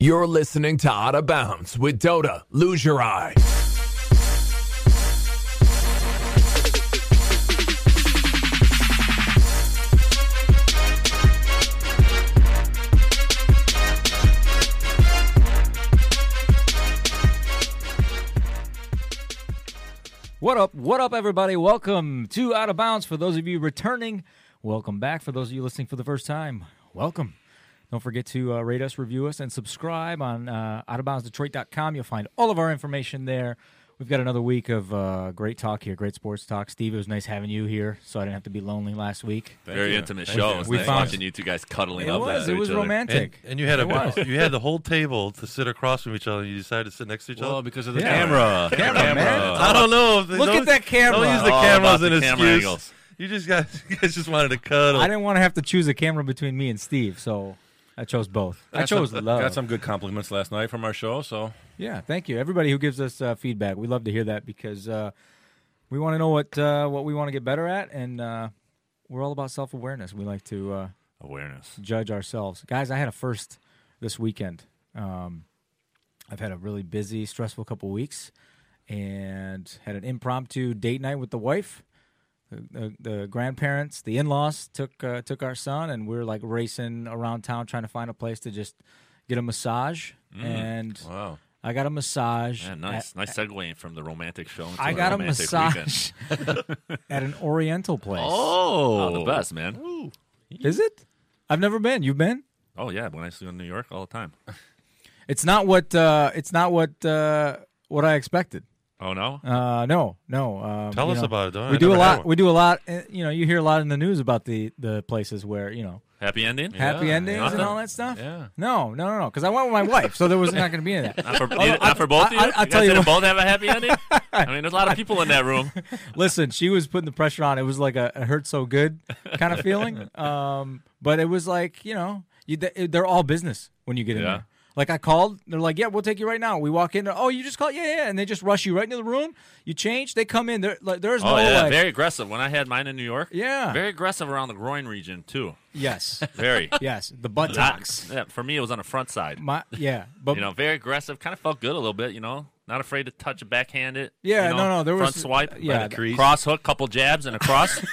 You're listening to Out of Bounds with Dota. Lose your eye. What up? What up, everybody? Welcome to Out of Bounds. For those of you returning, welcome back. For those of you listening for the first time, welcome. Don't forget to uh, rate us, review us, and subscribe on uh, outofboundsdetroit.com. You'll find all of our information there. We've got another week of uh, great talk here, great sports talk. Steve, it was nice having you here, so I didn't have to be lonely last week. Very intimate show. It was We nice found- watching you two guys cuddling It up was. after It was each other. romantic. And, and you had It was. a you had the whole table to sit across from each other. and You decided to sit next to each Well, other. because of the Yeah. camera. Camera, man. I don't know. If Look at don't- that camera. Don't use the All camera about as an the camera excuse. angles. You just got you guys just wanted to cuddle. I didn't want to have to choose a camera between me and Steve, so I chose both. I chose love. Got some good compliments last night from our show, so Yeah, thank you, everybody who gives us uh, feedback. We love to hear that because uh, we want to know what uh, what we want to get better at, and uh, we're all about self awareness. We like to uh, Awareness. judge ourselves, guys. I had a first this weekend. Um, I've had a really busy, stressful couple weeks, and had an impromptu date night with the wife. The, the, the grandparents, the in laws, took uh, took our son, and we are like racing around town trying to find a place to just get a massage. And wow. I got a massage. Yeah, nice, nice segueing from the romantic show. At, Into Uh, I the got a romantic Weekend. massage at an Oriental place. Oh, the best, man. Is it? I've never been. You've been? Oh yeah, when I used to go to New York all the time. It's not what. Uh, it's not what. Uh, what I expected. Oh no, Uh, no, no. Um, Tell you us know, about it. Don't I? We do Never a had lot. one. We do a lot. uh, You know, you hear a lot in the news about the the places where you know happy ending. happy endings and Nothing. all that stuff. Yeah. No, no, no, no. Because I went with my wife, so there was not going to be any of that. Not for, neither- not for both of you. I- I- I'll you guys tell you didn't what- both have a happy ending. I mean, there's a lot of people in that room. Listen, she was putting the pressure on. It was like a, a hurt so good kind of feeling. Um, but it was like, you know, you, they- they're all business when you get in Yeah. there. Like I called, they're like, "Yeah, we'll take you right now." We walk in, they're, "Oh, you just called, yeah, yeah," and they just rush you right into the room. You change, they come in. There, like, there's Oh no yeah, like, very aggressive. When I had mine in New York, Yeah. very aggressive around the groin region too. yes, Very. yes, the Not- buttocks. yeah, for me, it was on the front side. My, yeah, but you know, very aggressive. Kind of felt good a little bit. You know, not afraid to touch, backhand it. Yeah, you know, no, no, there front was- swipe, yeah, like, the crease. cross hook, couple jabs, and a cross.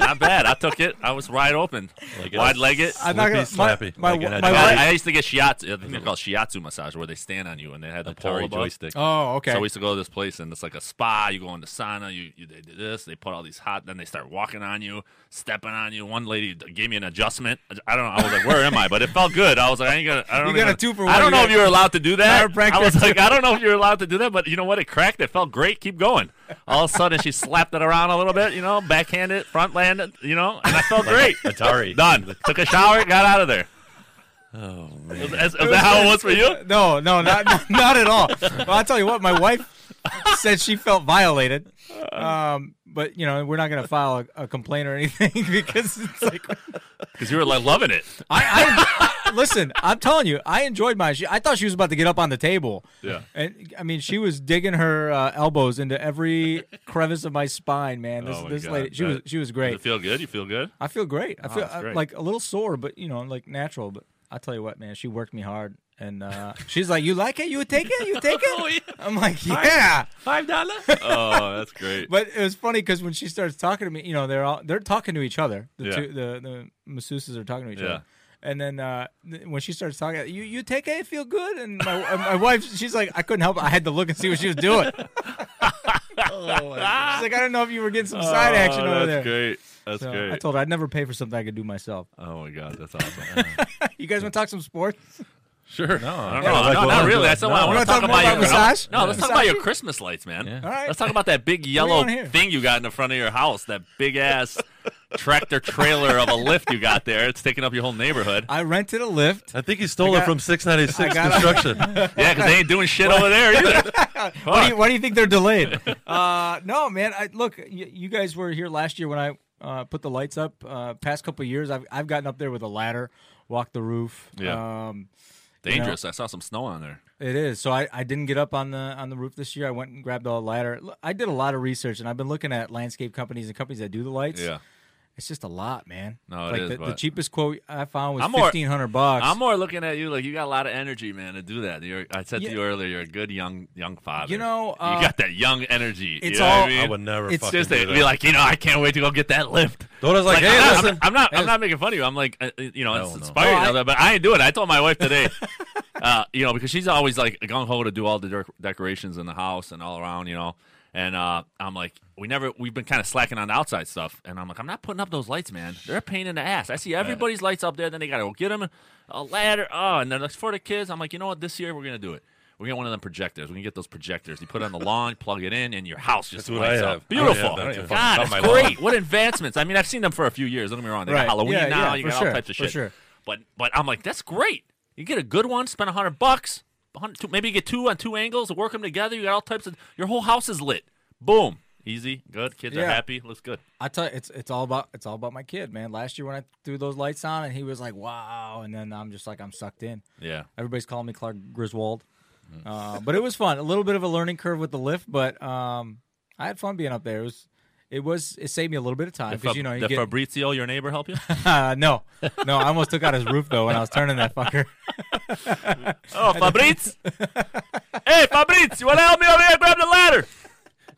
not bad. I took it. I was wide open, wide legged. I, I'm not gonna, Slippy, my, slappy, my, like an my Atari. wife- I used to get shiatsu. I think they're called shiatsu massage, where they stand on you and they had the pole Atari above. joystick. Oh, okay. So we used to go to this place, and it's like a spa. You go into sauna. You, you they do this. They put all these hot. Then they start walking on you, stepping on you. One lady d- gave me an adjustment. I don't know. I was like, where am I? But it felt good. I was like, I ain't gonna. I don't You got a even- two for I one. don't You know got if you were allowed to do that. chiropractor I was too. like, I don't know if you were allowed to do that. But you know what? It cracked. It felt great. Keep going. All of a sudden, she slapped it around a little bit. You know, backhand it, front land it. You know, and I felt great. Atari. Done. Took a shower. Got out of there. Oh man! Is, is that how it was for you? No, no, not not at all. Well, I'll tell you what, my wife said she felt violated. Um, but you know, we're not gonna file a, a complaint or anything because it's like Because you were like loving it. I, I listen. I'm telling you, I enjoyed mine. She, I thought she was about to get up on the table. Yeah. and I mean, she was digging her uh, elbows into every crevice of my spine, man. This Oh, my this God. lady, she was That- she was Did great. it feel good? You feel good? I feel great. I feel Oh, that's uh, great. like a little sore, but you know, like natural. But I tell you what, man, she worked me hard, and uh, she's like, "You like it? You would take it? You would take it?" Oh, I'm like, "Yeah." Five dollar? oh, that's great. But it was funny because when she starts talking to me, you know, they're all they're talking to each other. The Yeah. two the, the masseuses are talking to each Yeah. other. And then uh, th- when she starts talking, you you take it, it feel good. And my, uh, my wife, she's like, I couldn't help it. I had to look and see what she was doing. She's like, I don't know if you were getting some side action oh, over that's there. great. That's So great. I told her I'd never pay for something I could do myself. oh my god, that's awesome. You guys want to talk some sports? Sure. No. I don't know. no, what not I'm really. doing. That's not what I No. want Wanna to talk talk more about. about Your, massage? No, let's talk about Massage? your Christmas lights, man. All right. Let's talk about that big you yellow want here? thing you got in the front of your house. That big ass tractor trailer of a lift you got there. It's taking up your whole neighborhood. I rented a lift. I think he stole I got- it from 696 I got- Construction. Yeah, because they ain't doing shit over there either. Why do you, why do you think they're delayed? uh, no, man. I, look, y- you guys were here last year when I uh, put the lights up. Uh, past couple of years, I've I've gotten up there with a ladder, walked the roof. Yeah. Um, Dangerous. I saw some snow on there. it is. So I, I didn't get up on the on the roof this year. I went and grabbed a ladder. L- I did a lot of research, and I've been looking at landscape companies and companies that do the lights. It's just a lot, man. No, it like is, the, the but- cheapest quote I found was I'm more- fifteen hundred bucks. I'm more looking at you like you got a lot of energy, man, to do that. You're, I said Yeah. to you earlier, you're a good young young father. You know, uh, you got that young energy. it's you know what all- I, mean? I would never It's fucking just do to that. be like, you know, I can't wait to go get that lift. Dota's like, Like, hey, I'm, listen. Not, I'm not. I'm not making fun of you. I'm like, uh, you know, it's Hell no. inspiring, Oh, I- and all that, but I ain't doing it. I told my wife today, uh, you know, because she's always like gung ho to do all the dec- decorations in the house and all around, you know. And uh, I'm like, we never. We've been kind of slacking on the outside stuff, and I'm like, I'm not putting up those lights, man. They're a pain in the ass. I see everybody's lights up there, then they gotta go get them a ladder. Oh, and then it's for the kids. I'm like, you know what? This year we're gonna do it. We're gonna get one of them projectors. We're gonna get those projectors. You put it on the lawn, plug it in, and your house just That's what I lights have. up. I don't Oh, have Beautiful. that too. God, It's it's on my lawn. great. What advancements? I mean, I've seen them for a few years. Don't get me wrong. They Right. got Halloween Yeah, now. yeah, you for got sure, all types of for shit. sure. But but I'm like, that's great. You get a good one, spend a hundred bucks, a hundred- two- maybe you get two on two angles, work them together. You got all types of. Your whole house is lit. Boom. Easy, good. Kids are Yeah. happy. Looks good. I tell you, it's it's all about it's all about my kid, man. Last year when I threw those lights on and he was like, "Wow," and then I'm just like, I'm sucked in. Yeah. Everybody's calling me Clark Griswold, uh, but it was fun. A little bit of a learning curve with the lift, but um, I had fun being up there. It was it was it saved me a little bit of time because you know you did get Fabrizio, your neighbor, help you? uh, no no I almost took out his roof though when I was turning that fucker. oh, Fabriz! hey, Fabriz, you want to help me over here? Grab the ladder.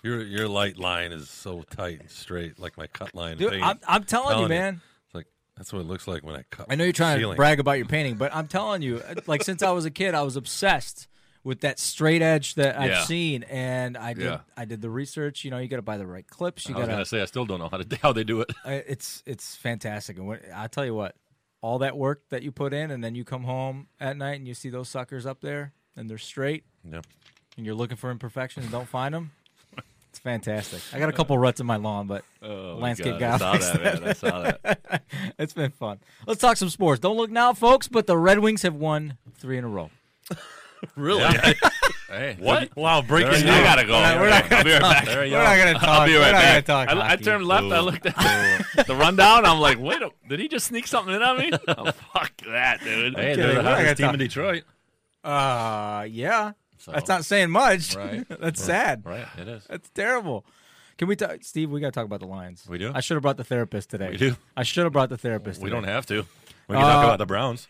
Your your light line is so tight and straight, like my cut line. Dude, paint. I'm, I'm telling you, Telling you. man. It's like that's what it looks like when I cut. I know you're trying ceiling. to brag about your painting, but I'm telling you, like since I was a kid, I was obsessed with that straight edge that I've Yeah. seen, and I did Yeah. I did the research. You know, you got to buy the right clips. You I was got gonna to. say I still don't know how to how they do it. It's it's fantastic, and what, I tell you what, all that work that you put in, and then you come home at night and you see those suckers up there, and they're straight, Yep. and you're looking for imperfections and don't find them. It's fantastic. I got a couple ruts in my lawn, but Oh, Oh, landscape guy. I saw fixed that, man. I saw that. it's been fun. Let's talk some sports. Don't look now, folks, but the Red Wings have won three in a row. Really? hey, What? Wow, breaking There you I go. gotta go. We're not, I'll be right back. There you We're go. not gonna talk. I'll be We're right not back. gonna talk. I, I hockey. turned left. I looked at the rundown. I'm like, wait, a, did he just sneak something in on me? Oh, fuck that, dude. Hey, Okay, we're they're not the gonna hottest team talk. in Detroit. Uh, yeah. So- That's not saying much. Right. That's sad. Right, it is. That's terrible. Can we talk, Steve? We gotta talk about the Lions. We do? I should have brought the therapist today. We do. I should have brought the therapist. We today. don't have to. We can talk Uh, about the Browns.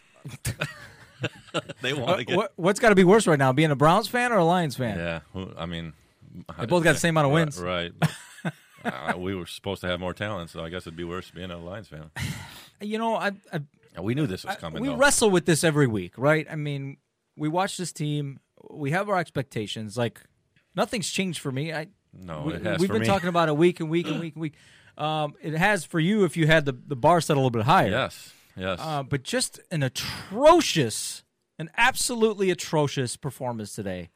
They want to get. What, what's got to be worse right now, being a Browns fan or a Lions fan? Yeah, who- I mean, They both got the same amount of Right, wins. Right. but, uh, we were supposed to have more talent, so I guess it'd be worse being a Lions fan. You know, I, I And we knew this was coming. we though. wrestle with this every week, right? I mean, we watch this team. We have our expectations. Like nothing's changed for me. I No, we, it has we've for been me. talking about it week and week and week and week. Um, it has for you if you had the the bar set a little bit higher. Yes, yes. Uh, but just an atrocious, an absolutely atrocious performance today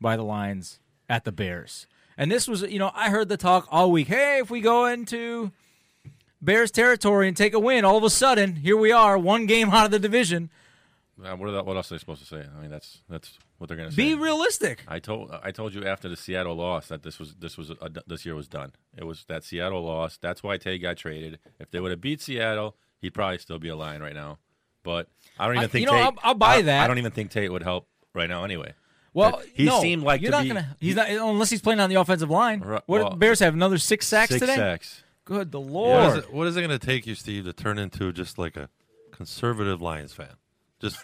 by the Lions at the Bears. And this was, you know, I heard the talk all week. Hey, if we go into Bears territory and take a win, all of a sudden, here we are, one game out of the division. Uh, what, are the- what else are they supposed to say? I mean, that's that's what they're going to Be say. realistic. I told I told you after the Seattle loss that this was this was a, this year was done. It was that Seattle loss. That's why Tay got traded. If they would have beat Seattle, he'd probably still be a Lion right now. But I don't even I- think you know, Tate, I'll- I'll buy I- that. I don't even think Tate would help right now anyway. Well, But he no, seemed like you're to not be- gonna. He's not unless he's playing on the offensive line. Right, what did well, the Bears have another six sacks Six today? sacks. Good the What is lord. it, what is it going to take you, Steve, to turn into just like a conservative Lions fan? Just,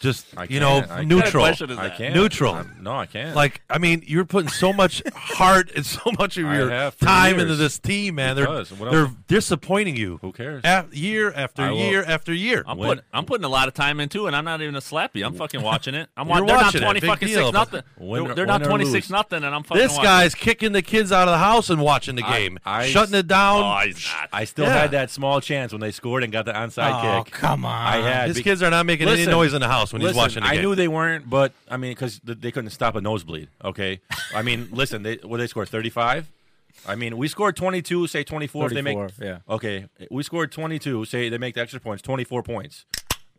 just I you know, can't. I can't. neutral. What kind of question is I that? can't. Neutral. I'm- no, I can't. Like, I mean, you're putting so much heart and so much of I your have for time years. into this team, man. Because, they're what they're else? disappointing you. who cares? Af- year after I will- year after year. I'm When- putting, I'm putting a lot of time into, and I'm not even a slappy. I'm fucking watching it. I'm You're watching. They're not watching it, twenty big fucking deal, six but nothing. win They're, or- they're not win or twenty six lose. nothing, and I'm fucking. this watching. guy's kicking the kids out of the house and watching the I- game, I- shutting it down. Oh, he's not. I still Yeah. had that small chance when they scored and got the onside Oh kick. come on! I had His be- kids are not making any Listen, noise in the house when listen, he's watching the I game. knew they weren't, but I mean, because they couldn't stop a nosebleed. Okay, I mean, listen, they what they scored thirty five. I mean, we scored twenty two. Say twenty four. If they make, 34, yeah. Okay, we scored twenty two. Say they make the extra points, twenty four points.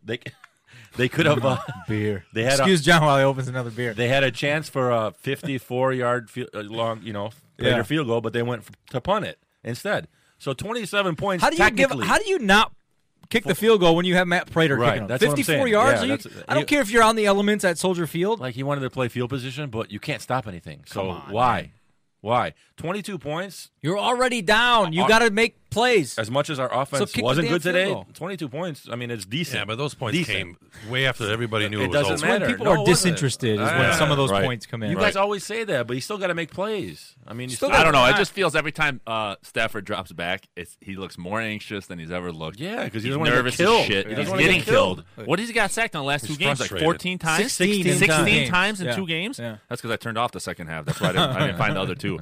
They they could have. Uh, beer. They had a- Excuse John while he opens another beer. they had a chance for a fifty four yard field, uh, long, you know, later Yeah. field goal, but they went f- to punt it instead. So twenty seven points. How do you give? technically. How do you not kick the field goal when you have Matt Prater Right, kicking them? that's what I'm Fifty-four saying. yards. Yeah, Are you- that's- I don't you- care if you're on the elements at Soldier Field. Like he wanted to play field position, but you can't stop anything. So Come on, why? Why? Twenty two points You're already down. You Our- got to make plays. As much as our offense kick the wasn't damn good field today, goal. 22 points. I mean, it's decent. Yeah, but those points Decent. came way after everybody knew it, It was doesn't over. matter. When people No, it are wasn't. disinterested is when Yeah. some of those Right. points come in. You guys always say that, but you still got to make plays. I mean, you Still still, I don't know. It I- just feels every time uh, Stafford drops back, it's, he looks more anxious than he's ever looked. Yeah, 'cause he's he doesn't wanna get nervous killed. as shit. He and doesn't he's wanna get getting killed. killed. What did he got sacked in the last He's two games? Like frustrated. 14 times? 16 times. times in Yeah. two games? Yeah. That's because I turned off the second half. That's why I didn't, I didn't find the other two.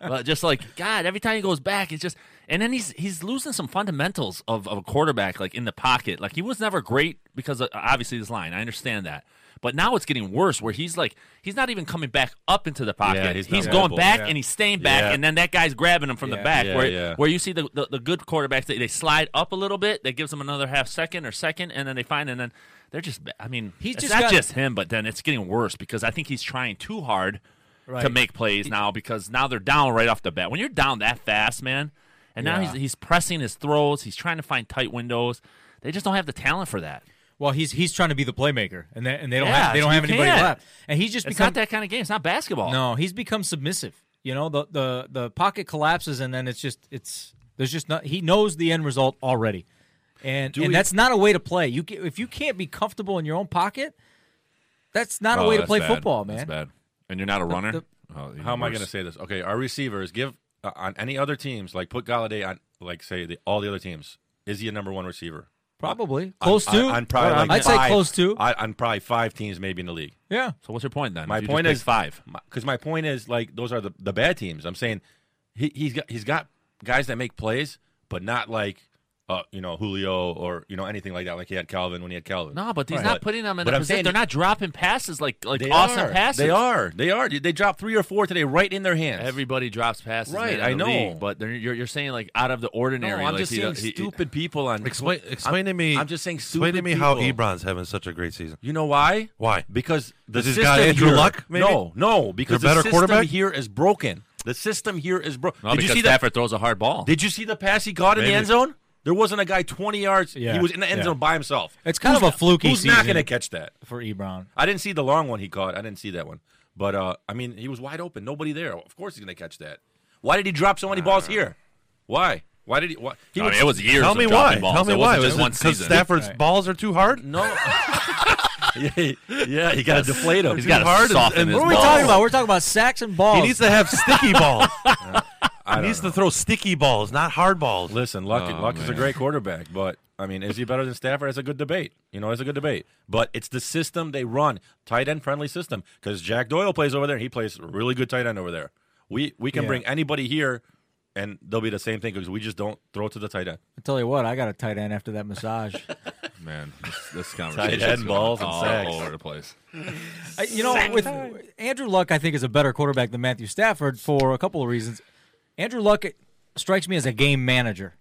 But just like, God, every time he goes back, it's just. And then he's he's losing some fundamentals of, of a quarterback, like in the pocket. Like, he was never great because of, obviously his line. I understand that. But now it's getting worse where he's like, he's not even coming back up into the pocket. Yeah, he's he's not going mobile. back Yeah. and he's staying back, Yeah. and then that guy's grabbing him from the Yeah. back. Yeah, where, yeah. where you see the, the, the good quarterbacks, they, they slide up a little bit, that gives them another half second or second, and then they find, and then they're just, ba- I mean, He's it's just not got- just him, but then it's getting worse because I think he's trying too hard to Right. make plays now because now they're down right off the bat. When you're down that fast, man, and now Yeah. he's, he's pressing his throws, he's trying to find tight windows. They just don't have the talent for that. Well, he's he's trying to be the playmaker, and they, and they don't Yeah, have they don't you have anybody can't. left, and he's just It's become not that kind of game. It's not basketball. no, he's become submissive. You know, the the the pocket collapses, and then it's just it's there's just not he knows the end result already, and and we- that's not a way to play. You ca- if you can't be comfortable in your own pocket, that's not a Oh, way to that's play bad. football, man. That's bad. And you're not a runner. the- Oh, even How am I worse. going to say this? Okay, our receivers give uh, on any other teams, like put Galladay on, like say the, all the other teams. Is he a number one receiver? Probably close on, to. On, on probably like I'd say five- close to. On, on probably five teams, maybe in the league. yeah, So what's your point then? My You just point picked is five. Because my point is like those are the, the bad teams. I'm saying he, he's got he's got guys that make plays, but not like uh, you know Julio or you know anything like that. Like he had Calvin when he had Calvin. No, but he's Right. not But- putting them in but a I'm position. saying- They're not dropping passes like like They awesome are. passes. They are. They are. They dropped three or four today, right in their hands. Everybody drops passes, man, Right, in I the know. league, but they're, you're, you're saying like out of the no, ordinary. I'm like just he- saying he- stupid people on Explain, explain I'm- to me. I'm just saying Explain to stupid me how people. Ebron's having such a great season. You know why? Why? Because the Because he's system got Andrew here, Luck, maybe? No, no, because They're better the system quarterback? here is broken. The system here is broken. No, did you because see Stafford throws a hard ball. that? Did you see the pass he caught in the Maybe. end zone? There wasn't a guy 20 yards. Yeah, He was in the end yeah. zone by himself. It's kind Who's- of a fluky Who's not season. going to catch that? for Ebron. I didn't see the long one he caught. I didn't see that one. But uh, I mean, he was wide open. Nobody there. Of course he's going to catch that. Why did he drop so many balls here? Why? Why did he? Why? he I was- mean, it was years. Tell of me dropping why. Balls. Tell me it why. Wasn't just Was it one 'cause season. Stafford's Right. balls are too hard. no. yeah, yeah, you got to deflate him. He's got hard to and- soften and- his What are we balls. talking about? We're talking about sacks and balls. He needs to have sticky balls. I he don't needs to throw sticky balls, not hard balls. Listen, Luck, Oh, Luck is a man. great quarterback, but I mean, is he better than Stafford? It's a good debate. You know, it's a good debate. But it's the system they run, tight end friendly system, because Jack Doyle plays over there, and he plays really good tight end over there. We we can Yeah. bring anybody here, and they'll be the same thing because we just don't throw to the tight end. I tell you what, I got a tight end after that massage. Man, this, this conversation end balls and all sacks. over the place. I- you know, with Andrew Luck, I think is a better quarterback than Matthew Stafford for a couple of reasons. Andrew Luck strikes me as a game manager,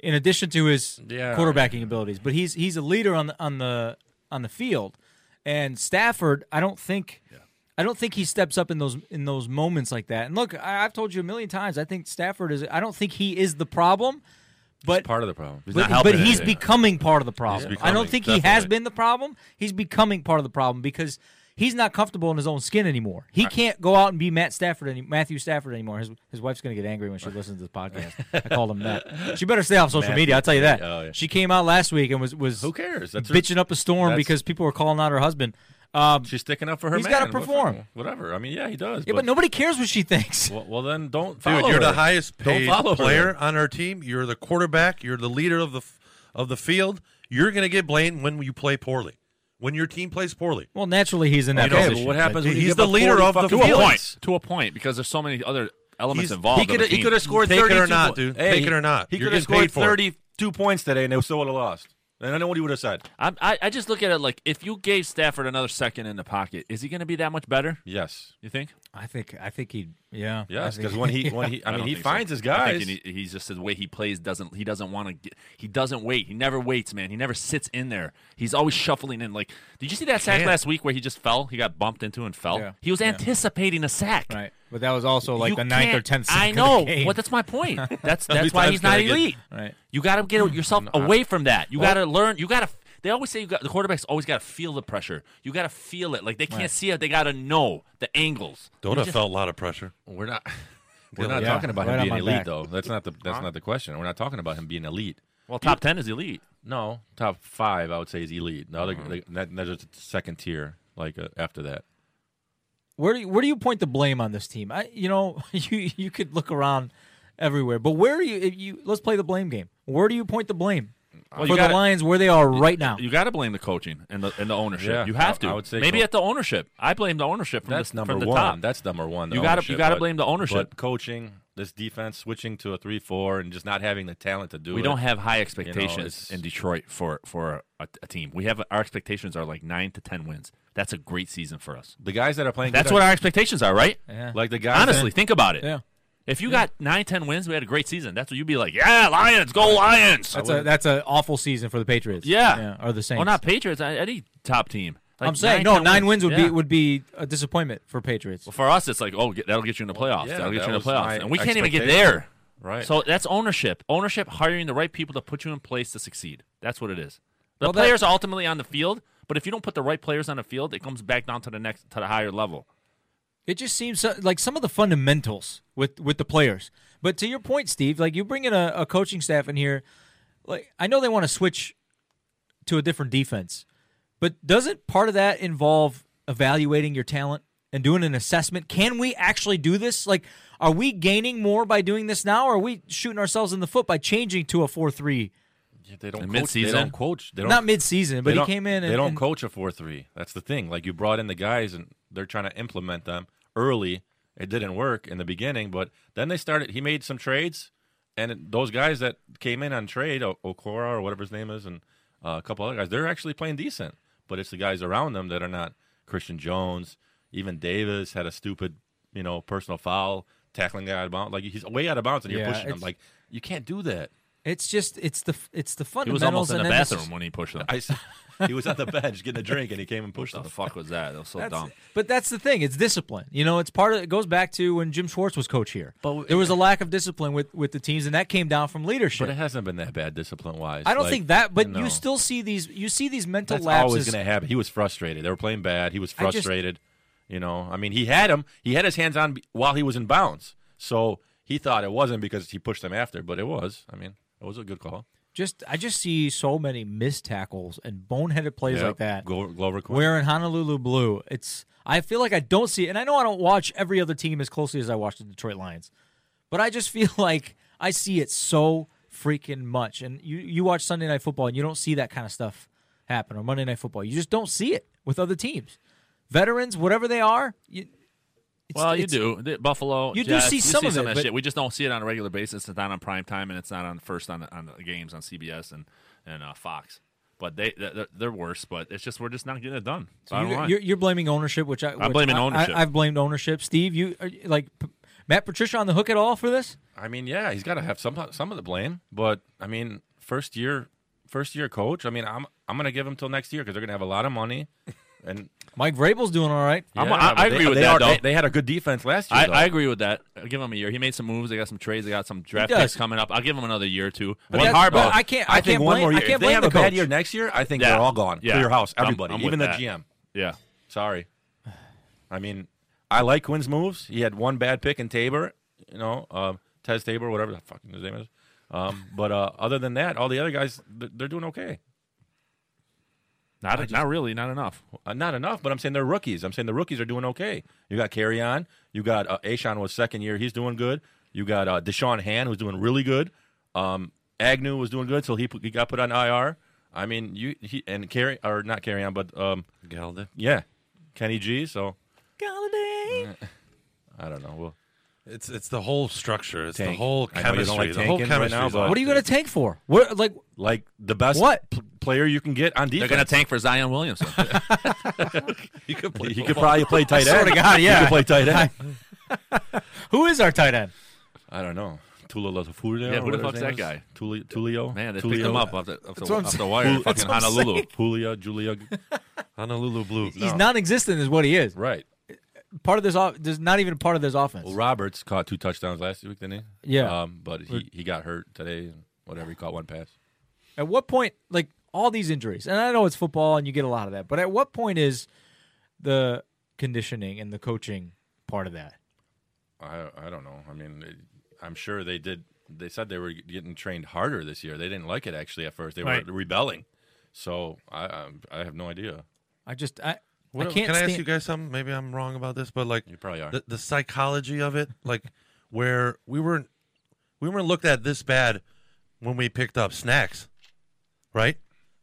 in addition to his Yeah. quarterbacking abilities. But he's he's a leader on the on the on the field, and Stafford, I don't think. I don't think he steps up in those in those moments like that. And look, I, I've told you a million times. I think Stafford is. I don't think he is the problem, but Part of the problem. not but, helping but he's anything. becoming part of the problem. He's I don't becoming, think he has definitely. been the problem. He's becoming part of the problem because he's not comfortable in his own skin anymore. He can't go out and be Matt Stafford any, Matthew Stafford anymore. His, his wife's going to get angry when she listens to this podcast. I called him that. She better stay off social media. I'll tell you that. oh, yeah. She came out last week and was was Who cares? That's her- bitching up a storm that's- because people were calling out her husband. Um, She's sticking up for her. He's man. gotta Whatever- perform. Whatever. I mean, yeah, he does. yeah, but nobody cares what she thinks. Well, well, then don't follow Dude, you're the her. highest Don't paid follow her. player on our team. You're the quarterback. You're the leader of the f- of the field. You're going to get blamed when you play poorly. When your team plays poorly. Well, naturally he's in that You know, position. but what happens? when you He's give the up leader 40 of the fucking To a Feelings. point. To a point, because there's so many other elements He's- involved. He could with the he team. could have scored Take it or 32 not, po- dude. Take it or not. He You're could have getting paid scored for it. 32 points today and they still would have lost. And I know what he would have said. I'm, I I just look at it like if you gave Stafford another second in the pocket, is he going to be that much better? Yes. You think? I think I think he yeah Yes, I think- because when he when he I mean don't he think so. finds his I guys. think he- he's just the way he plays doesn't he doesn't want to get he doesn't wait. He never waits, man. He never sits in there. He's always shuffling in. Like, did you see that sack Can't. last week where he just fell? He got bumped into and fell. Yeah. He was anticipating a sack. right, but that was also like You the ninth or can't- tenth. sack I of the know. game. Well, that's my point. That's many that's why times he's can not I get- elite. Right. You got to get yourself away from that. You got to learn. You got to. They always say you got the quarterbacks always got to feel the pressure. You got to feel it. Like they can't see it. They got to know the angles. Dota felt a lot of pressure. We're not We're not Yeah, talking about right on him my being elite, back. though. That's not the that's not the question. We're not talking about him being elite. Well, top ten is elite. No, top five I would say is elite. The other Mm-hmm. the- that, that's just second tier. Like uh, after that, Where do you, where do you point the blame on this team? I, you know, you you could look around everywhere, but where do you if you let's play the blame game? Where do you point the blame Well, for you the gotta- Lions where they are right now? You got to blame the coaching and the and the ownership. Yeah, you have I- to. I would say maybe co- at the ownership. I blame the ownership from that's the, number from the one. top. That's number one. the You gotta- you ownership, gotta but- blame the ownership. But coaching, this defense switching to a three-four and just not having the talent to do we it. don't have high expectations it's- in Detroit for for a, a team. We have our expectations are like nine to ten wins. That's a great season for us. the guys that are playing. That's good what are- our expectations are, right? Yeah. like the guys. that- Honestly, think about it. yeah, If you got nine, ten wins, we had a great season. That's what you'd be like. Yeah, Lions, go Lions. that's a that's an awful season for the Patriots. Yeah. or the Saints. Well, not Patriots. I- Any top team. Like I'm saying no. 10 Nine wins would Yeah. be would be a disappointment for Patriots. Well, for us, it's like, oh, get, that'll get you in the playoffs. yeah, that'll get that you in the was playoffs, my and we can't even get expectation. there. right? So that's ownership. Ownership hiring the right people to put you in place to succeed. That's what it is. The Well, that- players are ultimately on the field, but if you don't put the right players on the field, it comes back down to the next to the higher level. It just seems so, like some of the fundamentals with with the players. But to your point, Steve, like you bring in a, a coaching staff in here, like I know they want to switch to a different defense, but doesn't part of that involve evaluating your talent and doing an assessment? Can we actually do this? Like, are we gaining more by doing this now? Or are we shooting ourselves in the foot by changing to a four three? they In don't coach. They mid-season? don't coach. They don't Not mid season, but They he don't- came in. And, they don't and- coach a four three. That's the thing. Like you brought in the guys and they're trying to implement them early. It didn't work in the beginning, but then they started. He made some trades, and it- those guys that came in on trade, O- Okora or whatever his name is, and uh, a couple other guys, they're actually playing decent. But it's the guys around them that are not. Christian Jones, even Davis had a stupid, you know, personal foul tackling the guy out of bounds. Like he's way out of bounds, and you're Yeah, pushing him. it's- Like you can't do that. It's just it's the it's the He fundamentals. was almost in the and then this is- bathroom when he pushed them. I, s- he was at the bench getting a drink, and he came and pushed What him. the fuck was that? That was so That's- dumb. But that's the thing. It's discipline. You know, it's part of. It goes back to when Jim Schwartz was coach here. But- there was a lack of discipline with with the teams, and that came down from leadership. But it hasn't been that bad discipline wise. I don't think that. But no. you still see these. You see these mental that's always lapses. going to happen. He was frustrated. They were playing bad. He was I just- frustrated. you know, I mean, he had him. He had his hands on b- while he was in bounds. So he thought it wasn't because he pushed him after, but it was. I mean, it was a good call. just I just see so many missed tackles and boneheaded plays Yep. like that. Glo- Glover Quinn. We're in Honolulu blue. It's I feel like I don't see it, and I know I don't watch every other team as closely as I watch the Detroit Lions, but I just feel like I see it so freaking much. And you you watch Sunday Night Football and you don't see that kind of stuff happen or Monday Night Football. You just don't see it with other teams, veterans, whatever they are. You, it's- Well, you it's- do. The Buffalo. You do Jets, see we some of it, that but- shit. We just don't see it on a regular basis. It's not on prime time, and it's not on first on the, on the games on CBS and and uh, Fox. But they they're, they're worse. But it's just we're just not getting it done. So Bottom you're, line. you're, you're blaming ownership, which I which blaming I- ownership. I, have blamed ownership. Steve, you are, you- like P- Matt Patricia on the hook at all for this? I mean, yeah, he's got to have some some of the blame, but I mean, first year first year coach. I mean, I'm I'm going to give him till next year because they're going to have a lot of money. And Mike Vrabel's doing all right. I'm- Yeah, I- I but agree they, with they that, are- though. They, they had a good defense last year. I, though. I agree with that. I'll give him a year. He made some moves. They got some trades. They got some draft does. picks coming up. I'll give him another year or two. But that's- Harbaugh, but I can't. I, think can't one blame. more year. I can't if they blame have the a bad coach. year next year, I think Yeah. they're all gone. Yeah. Clear house, I'm- everybody, I'm even the with that. GM. yeah, Sorry. I mean, I like Quinn's moves. He had one bad pick in Tabor, you know, um, Tez Tabor, whatever the fucking his name is. Um, but uh, other than that, all the other guys, they're, they're doing okay. not not really, not enough. Uh, not enough, but I'm saying they're rookies. I'm saying the rookies are doing okay. You got Carry On. You got uh, Ashawn was second year. He's doing good. You got uh, Deshaun Han, who's doing really good. Um, Agnew was doing good, so he, put- he got put on IR. I mean, you he, and carry or not carry on, but um, Galda. yeah, Kenny G. So I don't know. Well, It's it's the whole structure. It's Tank. the whole I know you chemistry. don't like the whole tanking right chemistry. now, is but- off. What are you going to tank for? What like like the best What? p- player you can get on They're defense. going to tank for Zion Williamson. you could play? he could probably play tight end. swear to God, yeah. he could play tight end. who is our tight end? I don't know. Tula Latafuria. Yeah, who the fuck's that guy? Tulio. Tulio. Man, they Tulio. picked him up off the, off the, what I'm off the wire. in fucking what I'm Honolulu. saying. Julia, Julia. Honolulu Blue. He's non-existent, is what he is. Right. Part of this, off, there's not even part of this offense. Well, Roberts caught two touchdowns last week, didn't he? Yeah. Um, but he, he got hurt today and whatever. He caught one pass. At what point, like all these injuries, and I know it's football and you get a lot of that, but at what point is the conditioning and the coaching part of that? I I don't know. I mean, it, I'm sure they did. They said they were getting trained harder this year. They didn't like it actually at first. They Right. were rebelling. So I I'm- I have no idea. I just I, What, I can't can I ask stand- you guys something? Maybe I'm wrong about this, but like You probably are. the, the psychology of it, like where we weren't we weren't looked at this bad when we picked up snacks, right?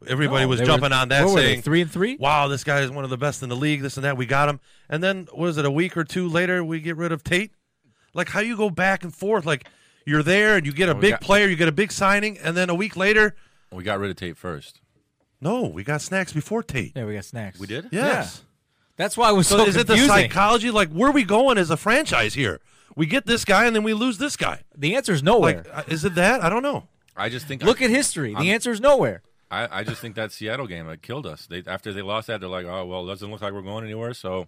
Everybody No, was they were- jumping on that what were they, saying three and three. wow, this guy is one of the best in the league, this and that. We got him. And then was it a week or two later we get rid of Tate? Like how you go back and forth like you're there and you get a we big got- player, you get a big signing, and then a week later, we got rid of Tate first. no, we got snacks before Tate. Yeah, we got snacks. We did. Yes. That's why it was so, So, is it the confusing. psychology? Like, where are we going as a franchise here? We get this guy and then we lose this guy. the answer is nowhere. Like, uh, is it that? I don't know. I just think Look I, at history. the answer is nowhere. I, I just think that Seattle game that killed us. They after they lost that, they're like, oh well, doesn't look like we're going anywhere. So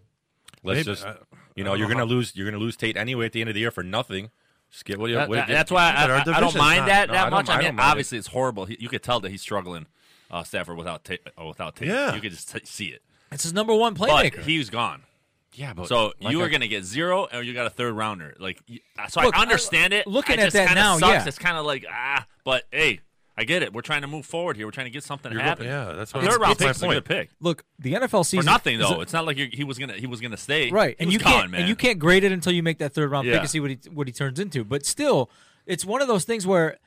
let's Maybe- just uh, I- you know don't you're know gonna lose you're gonna lose Tate anyway at the end of the year for nothing. Just get what you. That- what that- you- that's why I, but our I- I don't division's mind not- that no, that I don't- much. I, I don't mean, mind it. obviously, it's horrible. He, you could tell that he's struggling, uh, Stafford, without ta- uh, without Tate. Yeah. You could just t- see it. It's his number one But playmaker. he's gone. yeah, but So like you I- are going to get zero, or you got a third rounder. Like, y- uh, so Look, I understand it. looking It at just that kinda now, sucks. yeah. it's kind of like ah. But hey, I get it. We're trying to move forward here. We're trying to get something You're happen. looking- yeah, that's a what- third round it's- pick is a it's- good pick Look, the NFL for season nothing is a- though. It's not like you're, he was gonna he was gonna stay. right? He and was you gone, can't man. and you can't grade it until you make that third round pick Yeah. and see what he what he turns into. But still, it's one of those things where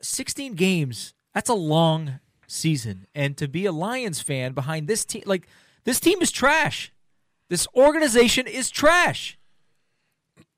sixteen games that's a long season, and to be a Lions fan behind this team, like this team is trash. This organization is trash.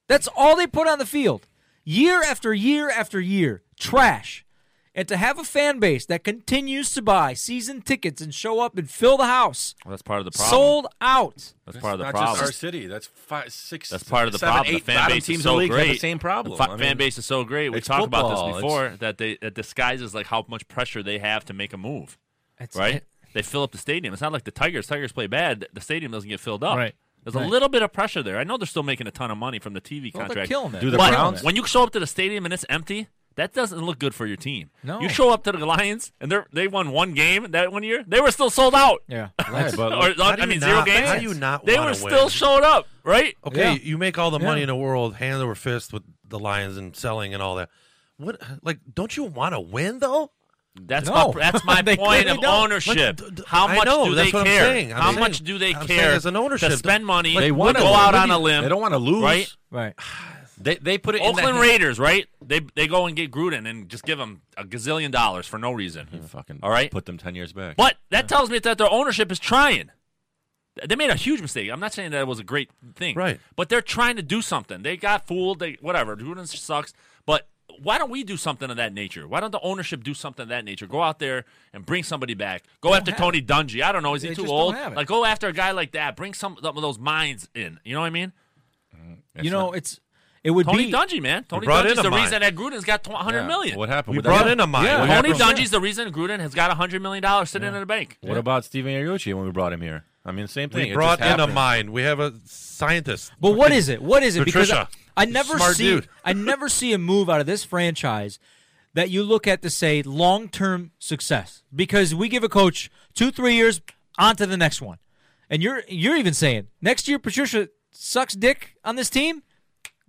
That's all they put on the field, year after year after year, trash. And to have a fan base that continues to buy season tickets and show up and fill the house, Well, that's part of the problem. sold out. that's That's part of the not problem. Just our city. That's five, six. That's part of the seven, problem. eight The fan bottom base teams is in so the league great. Have the same problem. The I fa- mean, fan base is so great. We it's talked about football. this It's- before that they that disguises like how much pressure they have to make a move. That's Right? They fill up the stadium. It's not like the Tigers. Tigers play bad. The stadium doesn't get filled up. Right. There's Right. a little bit of pressure there. I know they're still making a ton of money from the TV Well, they're contract. killing it. Do the but Browns- when you show up to the stadium and it's empty, that doesn't look good for your team. No. You show up to the Lions and they are they won one game that one year. They were still sold out. Yeah. Right, but Or, like, How do I you mean, zero not- games. how do you not They wanna were win? still showed up, right? Okay, Yeah. you make all the money Yeah. in the world, hand over fist with the Lions and selling and all that. What? Like, don't you want to win though? That's No. my that's my They point clearly of don't. ownership. Like, d- d- How I much know, do they that's what I'm care? saying. I'm How saying- much do they I'm saying care as an ownership, to spend money? they to want go out on a limb. They don't want to lose. Right? Right. They they put it in Oakland that- Raiders, right? They they go and get Gruden and just give him a gazillion dollars for no reason. Fucking All right? Put them ten years back. But that tells me that their ownership is trying. Th- They made a huge mistake. I'm not saying that it was a great thing, Right. But they're trying to do something. They got fooled. They whatever. Gruden sucks. But why don't we do something of that nature? Why don't the ownership do something of that nature? Go out there and bring somebody back. Go after have Tony Dungy. I don't know. Is he They too just don't old? have it. Like go after a guy like that. Bring some, some of those minds in. You know what I mean? you know, it's it would Tony be Dungy, man. Tony brought in Dungy's a the mind. reason that Gruden's got tw- 100 Yeah. million. What happened? We with brought that? in a mine. Yeah. What Tony happened- Dungy's the reason Gruden has got 100 million dollars sitting in the bank. What about Steven Ariucci when we brought him here? I mean, same thing. We It brought just in a happened. mind. We have a scientist. But what is it? What is it? Patricia. because I, I never Smart see dude. I never see a move out of this franchise that you look at to say long term success. Because we give a coach two, three years, on to the next one. And you're you're even saying next year Patricia sucks dick on this team,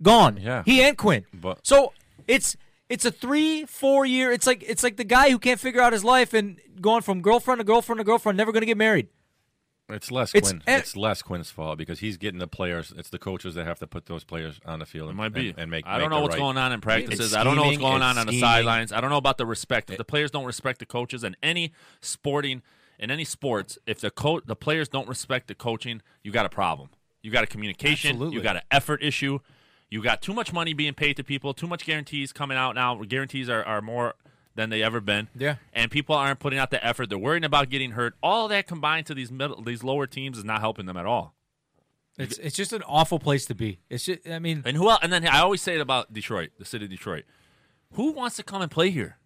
gone. Yeah. He and Quinn. But- so it's it's a three, four year it's like it's like the guy who can't figure out his life and going from girlfriend to girlfriend to girlfriend, never gonna get married. It's less It's- e- Quinn. and- it's less Quinn's fault because he's getting the players. It's the coaches that have to put those players on the field. It and- might be. And, and make. I don't know what's going on in practices. It's I don't know what's scheming, going it's on on the scheming. sidelines. I don't know about the respect. If the players don't respect the coaches in any sporting in any sports, if the co- the players don't respect the coaching, you got a problem. You got a communication. Absolutely. You got an effort issue. You got too much money being paid to people. Too much guarantees coming out now. Guarantees are, are more than they ever been. Yeah. And people aren't putting out the effort. They're worrying about getting hurt. All that combined to these middle, these lower teams is not helping them at all. It's it's just an awful place to be. It's just I mean And who else? And then I always say it about Detroit, the city of Detroit. Who wants to come and play here?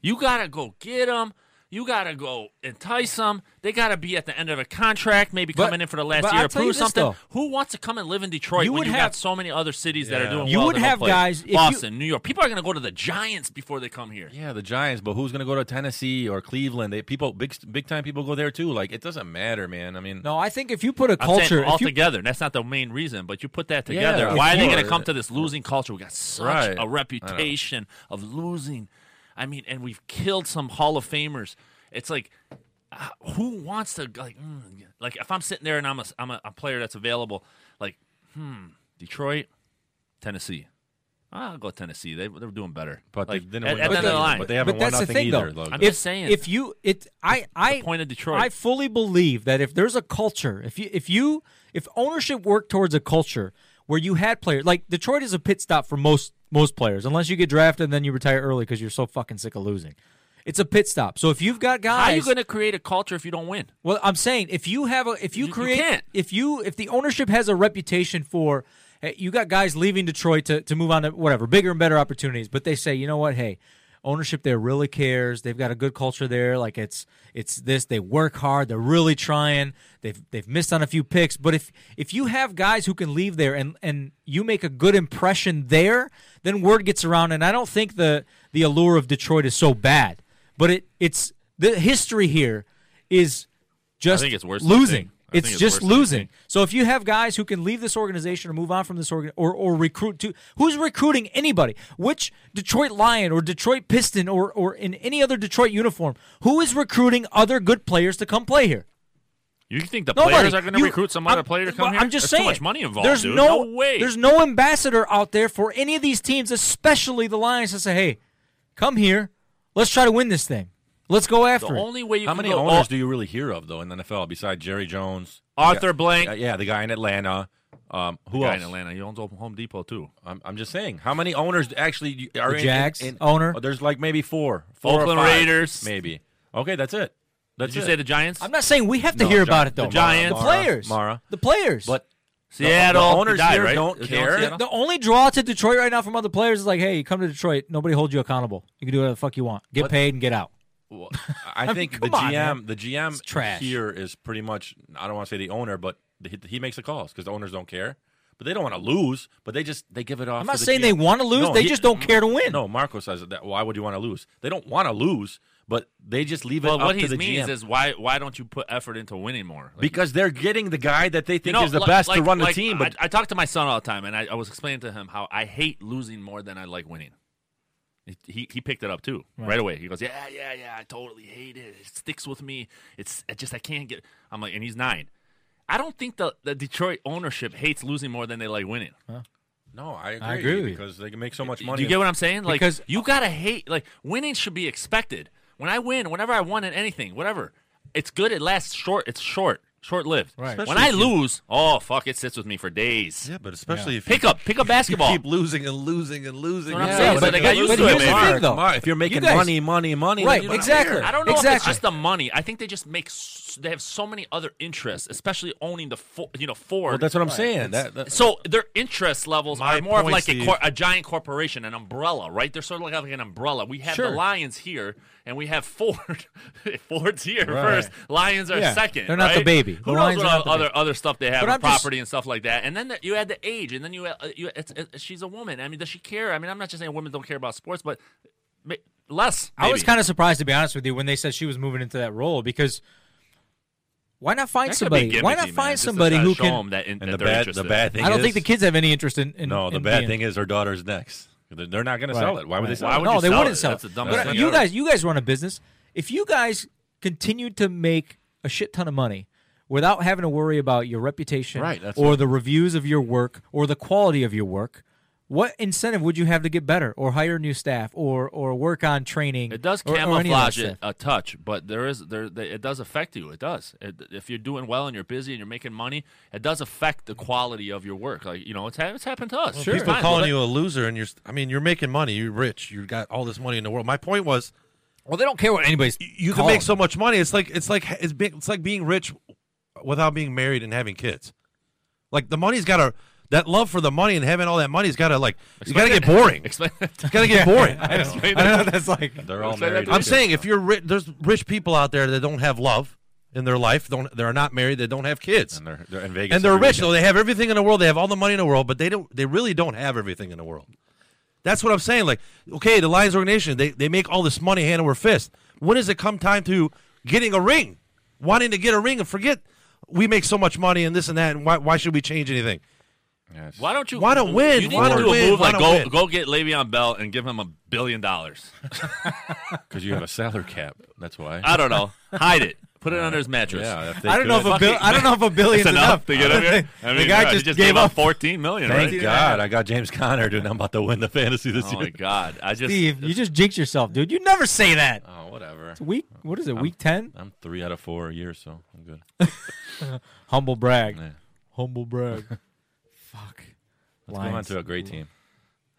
You gotta go get them. You gotta go entice them. They gotta be at the end of a contract, maybe But- coming in for the last but year I'll to tell prove you this, something. though. Who wants to come and live in Detroit You when would you have- got so many other cities that are doing You well? would that don't have play? guys- if you- Boston, New York. People are gonna go to the Giants before they come here. Yeah, the Giants, but who's going to go to Tennessee or Cleveland? They people big big time people go there too. Like it doesn't matter, man. I mean, No, I think if you put a I'm culture, saying all if you, together. That's not the main reason, but you put that Yeah, together. of Why are they course. going to come to this losing culture? We got such Right. I a know. reputation of losing. I mean, and we've killed some Hall of Famers. It's like, uh, who wants to like, mm, like if I'm sitting there and I'm a I'm a, a player that's available, like, hmm, Detroit, Tennessee. I'll go Tennessee. They they're doing better. but like, they didn't at- win at the nothing. end of the line. But they haven't But won that's the nothing thing, either. though. Logan. I'm if, just saying. if you it, I I point of Detroit. I fully believe that if there's a culture, if you if you if ownership worked towards a culture where you had players like Detroit is a pit stop for most most players, unless you get drafted and then you retire early because you're so fucking sick of losing. It's a pit stop. So if you've got guys, How are you going to create a culture if you don't win? Well, I'm saying if you have a if you, you create can't. if you if the ownership has a reputation for hey, you got guys leaving Detroit to, to move on to whatever bigger and better opportunities, but they say you know what hey ownership there really cares they've got a good culture there like it's it's this they work hard they're really trying they've they've missed on a few picks but if if you have guys who can leave there and and you make a good impression there then word gets around and i don't think the the allure of detroit is so bad but it it's the history here is just think it's worse than you losing. think. I think It's it's just worse than you losing. So if you have guys who can leave this organization or move on from this organ or or recruit to who's recruiting anybody, which Detroit Lion or Detroit Piston or or in any other Detroit uniform, who is recruiting other good players to come play here? You think the Nobody. players are going to You- recruit some I'm- other player to come well, here? I'm just There's saying. too much money involved. There's dude. no, way. There's no ambassador out there for any of these teams, especially the Lions, to say, "Hey, come here, let's try to win this thing, let's go after The it." only way you How can many go, owners oh, do you really hear of though in the NFL besides Jerry Jones, Arthur Blank, Yeah, yeah, the guy in Atlanta. Um, who guy else? in Atlanta, he owns Home Depot too. I'm, I'm just saying. How many owners actually you- are The in- Jags in, in- owner. oh, There's like maybe four, four or Oakland five, Raiders. maybe. Okay, that's it. That's Did you it. say the Giants? I'm not saying we have to No, hear Gi- about it the though. Giants. the Mara, players, Mara. the players, but Seattle. the owners he died, here right? don't Is he on care. Seattle? The only draw to Detroit right now from other players is like, hey, you come to Detroit, nobody holds you accountable. You can do whatever the fuck you want. Get paid and get out. Well, I mean, think come the on, GM, man. the GM trash. here is pretty much. I don't want to say the owner, but he, he makes the calls because the owners don't care. But they don't want to lose. But they just they give it off. I'm to not the saying GM. they want to lose, No, they he- just don't care to win. No, Marco says that. Why would you want to lose? They don't want to lose, but they just leave it Well, up what to he the means GM is why why don't you put effort into winning more? Like, because they're getting the guy that they think you know, is the like- best to like- run the like, team. But I, I talk to my son all the time, and I, I was explaining to him how I hate losing more than I like winning. He- He, he picked it up too right. away. He goes, yeah, yeah, yeah. I totally hate it. It sticks with me. It's I just I can't get. I'm like, and he's nine. I don't think the, the Detroit ownership hates losing more than they like winning. no, I agree, agree with you. because they can make so much Do money. you get what I'm saying? Like Because- you gotta hate. Like winning should be expected. When I win, whenever I won in anything, whatever, it's good. It lasts short. It's short, short lived. Right. when I lose, oh fuck, it sits with me for days. Yeah, but especially if Pick you, up, pick up you basketball. keep losing and losing and losing. what I'm and saying, losing but they and got losing. used to it, here's the maybe. thing, though. Mark, if you're making guys- money, money, money, Right, but then you don't exactly. care. I don't know if it's Exactly. just the money. I think they just make. s- They have so many other interests, especially owning the fo- you know Ford. Well, that's what I'm saying. That, that- So their interest levels My are more of point, like a, Steve- cor- a giant corporation, an umbrella, right? They're sort of like, an umbrella. We have Sure. the Lions here, and we have Ford. Ford's here Right. first. Lions are Yeah. second. They're not the right? baby. The Who knows Lions what are not the other baby. other stuff they have, But in I'm just- property and stuff like that. And then the, you add the age, and then you, uh, you it's, it, she's a woman. I mean, does she care? I mean, I'm not just saying women don't care about sports, but ma- less. I was maybe. kind of surprised to be honest with you when they said she was moving into that role because why not find That could be somebody? Why gimmicky, not man, find just to somebody try to who show can? 'em that in, and that the they're bad, interested. the bad thing. I don't is, think the kids have any interest in. in No, the in bad being- thing is her daughter's next. They're they're not going to sell Right, it. Why would they right. sell Why it? would no, you they sell wouldn't it? sell That's it. the dumbest But thing you ever. guys, you guys run a business. If you guys continue to make a shit ton of money without having to worry about your reputation Right, that's or the reviews of your work or the quality of your work, what incentive would you have to get better or hire new staff or or work on training? It does or- or any of that camouflage stuff? it a touch, but there is there they, it does affect you. It does. It, if you're doing well and you're busy and you're making money, it does affect the quality of your work. Like you know, it's ha- it's happened to us. sure, People calling you a loser, and you're. st- I mean, you're making money. You're rich. You got all this money in the world. My point was, Well, they don't care what anybody's. you can make so much money. It's like it's like it's big, it's like being rich without being married and having kids. Like the money's got to that love for the money and having all that money has got to like it's got to get boring. Explain that. It's got to get boring. I don't know what that's like. They're all Say that married. to and I'm shit. saying if you're rich, there's rich people out there that don't have love in their life. Don't they are not married. They don't have kids. and they're, they're in Vegas and they're every rich. weekend. Though they have everything in the world, they have all the money in the world, but they don't. They really don't have everything in the world. That's what I'm saying. Like, okay, the Lions organization, they they make all this money hand over fist. When does it come time to getting a ring, wanting to get a ring, and forget we make so much money and this and that, and why why should we change anything? Yes. Why don't you? Why don't win? You need Why to don't do a win? move Why like don't go go win? get Le'Veon Bell and give him a billion dollars. Because you have a salary cap. That's why. I don't know. Hide it. Put it under his mattress. yeah. If they I don't know if could- a bill, I don't know if a billion's That's enough enough. to get him here. I mean, the guy yeah, he just, just gave up. fourteen million. Thank right? God I got James Conner, dude. I'm about to win the fantasy this Oh my year. God! I just Steve, you just jinxed yourself, dude. You never say that. Oh whatever. Week, what is it? Um, Week ten? I'm three out of four a year, so I'm good. Humble brag. Yeah. Humble brag. Fuck. Let's go on to a great team.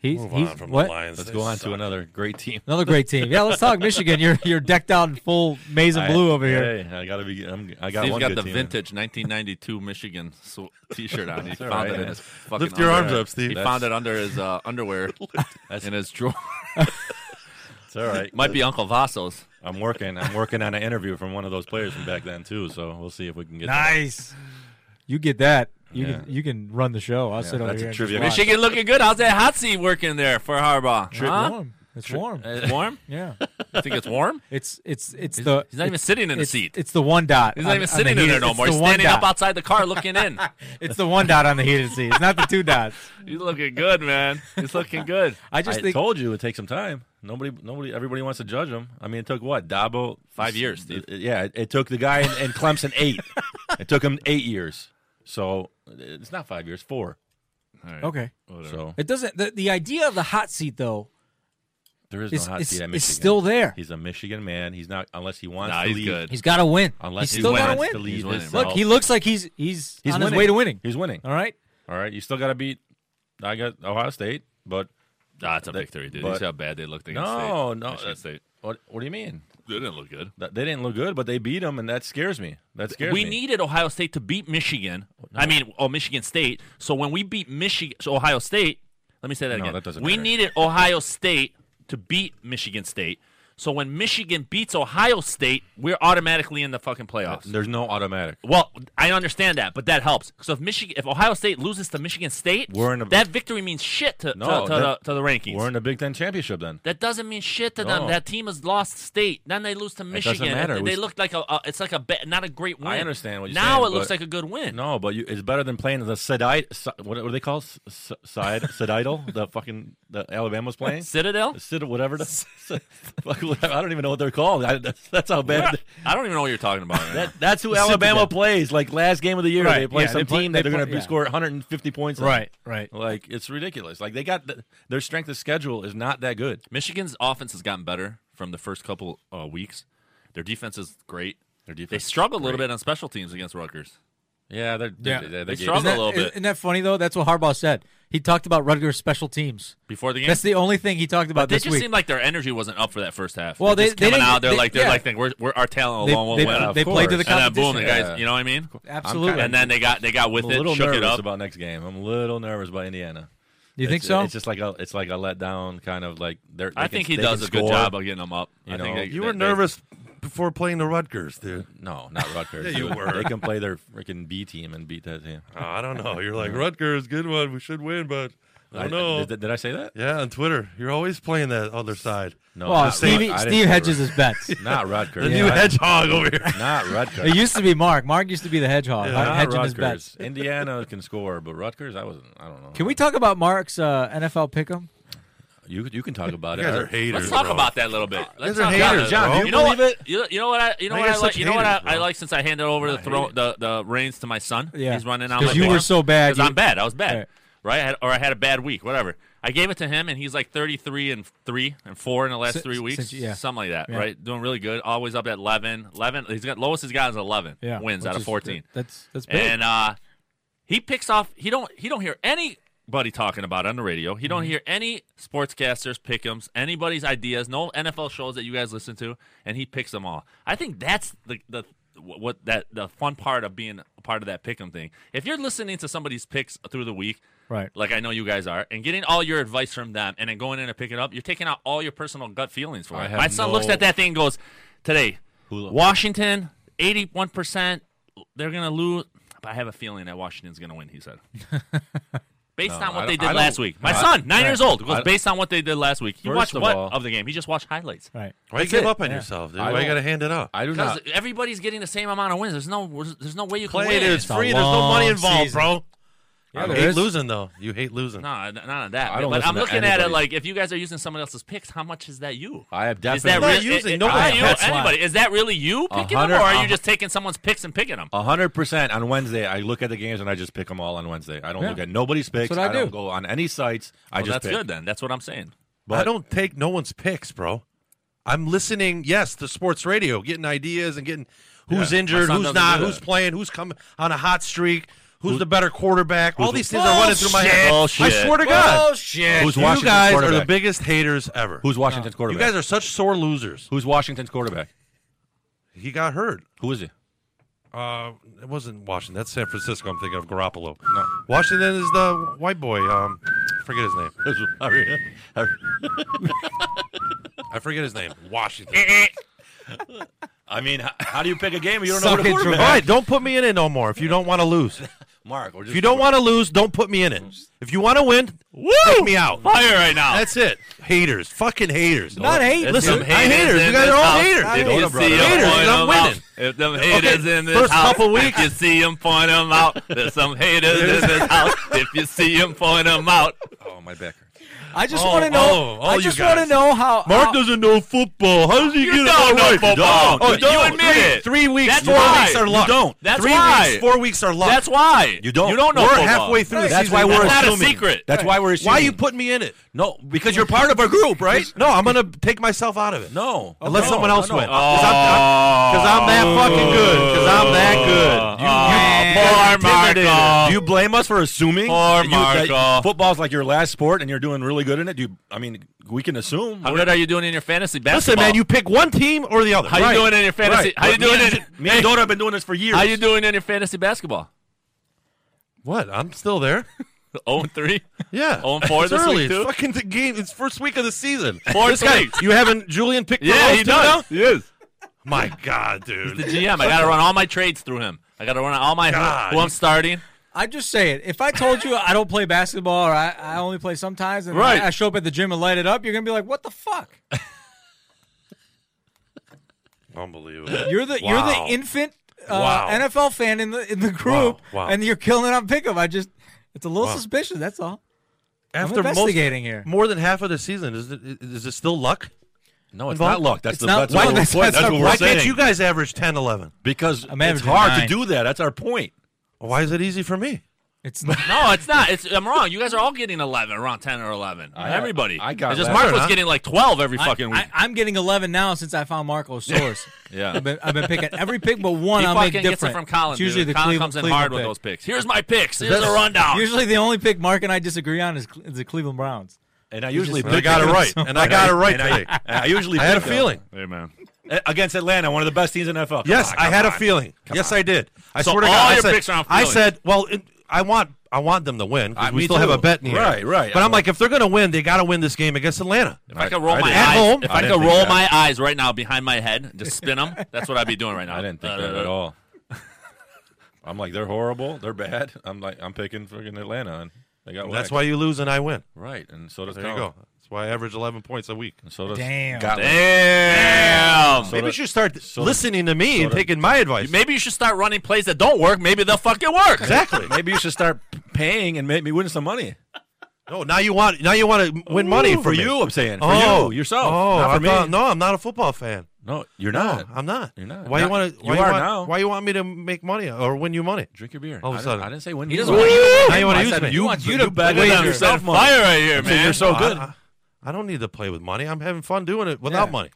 He's, Move he's on from what? the Lions. Let's They go on suck. to another great team. Another great team. Yeah, let's talk Michigan. You're you're decked out in full maize and blue I- over here. Hey, I gotta be. I'm, I got Steve's one got good the team. vintage 1992 Michigan sw- T-shirt on. He all found right, it in yeah. his fucking. Lift your underwear. arms up, Steve. He That's- found it under his uh, underwear That's- in his drawer. It's all right. Might be Uncle Vasso's. I'm working. I'm working on an interview from one of those players from back then too. So we'll see if we can get. that. Nice. You get that. You Yeah. can you can run the show. I'll sit over that's a here. and trivia just watch. Michigan looking good. How's that hot seat working there for Harbaugh? It's Huh? warm. It's warm. It's warm. Yeah. You think it's warm? It's it's it's the He's not even it's- sitting in a it's, seat. It's the one dot. He's not even sitting in there no more. He's standing up outside the car looking in. It's the one dot on the heated seat. It's not the two dots. He's looking good, man. He's looking good. I I just think told you it would take some time. Nobody, nobody, everybody wants to judge him. I mean, it took what Dabo Five years, Steve. It- it- yeah, it, it took the guy in, in Clemson eight. it took him eight years. So it's not five years, four. All right. okay. So It doesn't. The, the idea of the hot seat though there is is no hot is, seat at is Michigan. still there. He's a Michigan man. He's not unless he wants Nah, to he's leave. good. He's got to win. Unless he's he still got wants to win. to leave He's his winning, bro. Look, self. he looks like he's he's, He's on his winning. way to winning. He's winning. All right. All right, you still got to beat. I got Ohio State, but Nah, it's a victory, dude. but- you see how bad they looked against No, State. no, Michigan that- State. what? What do you mean? They didn't look good. Th- They didn't look good, but they beat them, and that scares me. That scares we me. needed Ohio State to beat Michigan. I mean, oh, Michigan State. So when we beat Michigan, so Ohio State. Let me say that No, again. that doesn't we matter. needed Ohio State to beat Michigan State. So when Michigan beats Ohio State, we're automatically in the fucking playoffs. There's no automatic. Well, I understand that, but that helps. So if Michigan, if Ohio State loses to Michigan State, We're in a- that victory means shit to, to- No, to, that- the, to the rankings. We're in the Big Ten championship then. That doesn't mean shit to them. No. That team has lost state. Then they lose to doesn't Michigan. matter. They, We- look like a, a it's like a ba- not a great win. I understand what you're now saying, it looks but- like a good win. No, but you, it's better than playing the Sedite. What do they call s- s- side Sedidal? The fucking the Alabama's playing. Citadel. Sid, whatever. The, fuck, whatever. I don't even know what they're called. I, that's, that's how bad. I don't even know what you're talking about. Right That, that's who Alabama plays. Like last game of the year, Right, they play yeah, some they play- team they that they're play- going to yeah. score 150 points. on. Right. Like it's ridiculous. Like they got th- their strength of schedule is not that good. Michigan's offense has gotten better from the first couple uh, weeks. Their defense is great. Their They defense is struggled a little great. bit on special teams against Rutgers. Yeah, they're, Yeah. they, They they, gave- struggle. Isn't a little that- bit. isn't that funny though? That's what Harbaugh said. He talked about Rutgers special teams. Before the game, That's the only thing he talked about they this just week. seemed like their energy wasn't up for that first half. Well, They're they- just they coming didn't- out, they're they- like they're yeah. like thinking we're, we're our talent They- alone will they- win. of they played to the course. and then boom, competition. the Yeah. guys, you know what I mean? Absolutely. kinda- And then they got they got with I'm a it, little shook nervous it up. about next game. I'm a little nervous about Indiana. you think It's- so? It's just like a it's like a letdown kind of like they're. They I can- think he they does can a good score. job of getting them up. You I think know, they- You they- were they- nervous before playing the Rutgers, dude. No, not Rutgers. you They- were. They can play their freaking B team and beat that team. Oh, I don't know. You're like Rutgers, good one. We should win, but I don't know. Did, did I say that? Oh, Yeah, on Twitter, you're always playing that other side. No. well, not Stevie, Rut- I didn't Steve say hedges Rut- his bets. Not The Rutgers. new Not- hedgehog over here. Not it Rutgers. used to be Mark. Mark used to be the hedgehog, Not hedging his Rutgers. bets. Indiana can score, but Rutgers, I wasn't. I don't know. Can we talk about Mark's uh, NFL pick'em? You you can talk about You it. guys I- are haters. Let's talk bro. about that a little bit. Let's are talk haters, about it. John. Do you know believe what, You, you know what I you know Man, what I you're like such you know what I, haters, I bro. like since I handed over the throw the, the reins to my son. Yeah. He's running out 'Cause like you a- were so bad, 'cause you- I'm bad. I was bad. Right. Right. I had or I had a bad week, whatever. I gave it to him and he's like 33 and 3 and 4 in the last Since- 3 weeks. since- yeah. Something like that, Yeah. right? Doing really good. Always up at 11. 11 he's got lowest he's got is 11 wins which out of is- 14 That's that's big. and uh, he picks off. He don't. He don't hear anybody talking about it on the radio. He Mm-hmm. don't hear any sportscasters, pick'ems, anybody's ideas. No NFL shows that you guys listen to, and he picks them all. I think that's the the wh- what that the fun part of being a part of that pick'em thing. If you're listening to somebody's picks through the week, Right. like I know you guys are, and getting all your advice from them, and then going in and picking it up, you're taking out all your personal gut feelings for I it. have My son no- looks at that thing and goes, "Today, Hula. Washington, eighty-one percent, they're gonna lose." But I have a feeling that Washington's gonna win. He said. Based on I what they don't- I did last don't- week, my no, I- son, nine years old, goes I- based on what they did last week. He First watched of what all- of the game? He just watched highlights. Right. Why That's give it. up on yourself, dude? Why I you don't- got to hand it out? I do Because not. everybody's getting the same amount of wins. There's no, there's no way you can Play win. it is a free. There's no money long involved, season. bro. Yeah, you there hate is. losing though. You hate losing. No, n- none of that. I don't but listen I'm to looking at it anybody. like if you guys are using someone else's picks, how much is that you? I have Is that definitely not really using it- it- nobody. are you- That's why. anybody? Is that really you A picking them, or hundred- are a- you just taking someone's picks and picking them? hundred percent on Wednesday. I look at the games and I just pick them all on Wednesday. I don't Yeah. look at nobody's picks. what I do. do. not go on any sites. I Well, just that's pick. good then. That's what I'm saying. I don't take no one's picks, bro. I'm listening, yes, to sports radio, getting ideas and getting who's Yeah, my injured, son who's doesn't not, do who's that. playing, who's coming on a hot streak, who's, the better quarterback. All these things are running through my head. Bullshit. I swear to Oh, God. Bullshit. Who's You Washington's guys are the quarterback? biggest haters ever. Who's Washington's you quarterback? guys are such sore losers. Who's Washington's quarterback? He got hurt. Who is he? Uh, it wasn't Washington. That's San Francisco. I'm thinking of Garoppolo. No, Washington is the white boy. Um, I forget his name. I forget his name. Washington. I mean, how, how do you pick a game? if You don't know Suck who it, the Drew. All quarterback. right, don't put me in it no more. If you don't want to lose, Mark, or just if you don't want to lose, don't put me in it. If you want to win, take me out. Fire right now. That's it. Haters, fucking haters. Not hate. Listen, Them I haters. You in guys this are all house, If haters. Haters, you see 'em haters, point I'm 'em out. winning. If them haters in this first house, couple weeks. if you see them, point them out. There's some haters in this house. If you see them, point them out. Oh, my back. I just Oh, want to know. oh, all I you just guys. want to know how. Mark how- doesn't know football. How does he You get it don't all know right? football. Oh, You don't. admit Three- it. Three weeks, That's four why. weeks are You luck. don't. That's three why. weeks, four weeks are luck. That's why You don't. You don't know. We're football. halfway through. The That's season. why we're That's not a assuming. secret. That's why we're assuming. Why are you putting me in it? No, because you're part of our group, right? No, I'm gonna take myself out of it. No, Unless No, someone else no, no. wins. Uh, Oh. Because I'm, I'm that fucking good. Because I'm that good. uh, Oh, poor Marco. Do you blame us for assuming? Poor that you- that Marco. football's like your last sport, and you're doing really good in it. Do you, I mean, we can assume. How good are you doing in your fantasy Listen, basketball? man, you pick one team or the other. How Right. you doing in your fantasy? Right. How you But me doing in? and- Me and Dota have been doing this for years. How you doing in your fantasy basketball? What? I'm still there. Oh and three. Yeah. Oh, and four it's this early. week, too? It's fucking the game. It's first week of the season. Four this guy, week. you haven't Julian picked Yeah, Mahomes he too does. now? He is. My God, The dude. GM. I got to run all my trades through him. I got to run all my God. who I'm starting. I just say it. If I told you I don't play basketball or I, I only play sometimes, and Right. I, I show up at the gym and light it up, you're gonna be like, "What the fuck? Unbelievable. You're the you're Wow. the infant uh, Wow. NFL fan in the in the group, Wow, wow. and you're killing on pickup." I just, it's a little suspicious. That's all. After investigating most, here. More than half of the season is it, is it still luck? No, it's Involved? not luck. That's It's the not that's luck. what we're, That's- that's that's what not- we're Why saying. can't you guys average 10, 11? because I'm it's averaging hard nine. to do that. That's our point. Why is it easy for me? It's not. No, it's not. It's I'm wrong. You guys are all getting 11, around 10 or 11. Everybody. I got It's just that. Mark Fair was enough. getting like 12 every I, fucking week. am getting 11 now since I found Marco's source. Yeah. I've been, I've been picking every pick but one. he I'll make fucking different. gets it from Colin. It's usually the dude. Colin Cleveland, comes in Cleveland hard with pick. those picks. Here's my picks. Here's a rundown. Usually, the only pick Mark and I disagree on is Cle- the Cleveland Browns. And I usually just- And I pick got it right. And I got it right And I, today. and I usually I had a pick them. feeling. Hey man. Uh, against Atlanta, one of the best teams in the NFL. Come yes, on, I come had a on. feeling. yes, I did. I So swear to all God, I your said, picks are on I feeling. said, well, it, I want I want them to win because I- we me still have too. a bet in here. Right, right. But I I'm like, if they're going to win, they got to win this game against Atlanta. If I could roll I my didn't- At eyes, home? if I I, didn't could think roll that. my eyes right now behind my head and just spin them, that's what I'd be doing right now. I didn't think Uh, that at all. I'm like, they're horrible. They're bad. I'm like, I'm picking fucking Atlanta, and they got. That's why whacked. you lose and I win. Right, and so does There you Colin. go. That's why I average 11 points a week. And so does Damn. Gottlieb. Damn. So Maybe you does- should start so does- listening to me and does- taking my advice. Maybe you should start running plays that don't work. Maybe they'll fucking work. Exactly. Maybe you should start p- paying and make me win some money. no, now you want now you want to win money Ooh, for me. you. I'm saying for Oh, you yourself. Oh, not I for me. thought- no, I'm not a football fan. no, you're No, not. I'm not. You're not. Why you Not- want to? you are want, now. Why you want me to make money or win you money? Drink your beer. All of a I didn't- sudden. I didn't say win. He me doesn't money. want you to Now you win. want to I use said me? you wants you you to better win than Yourself yourself fire money. right here, So man. you're so I- good. I, I don't need to play with money. I'm having fun doing it without Yeah. money.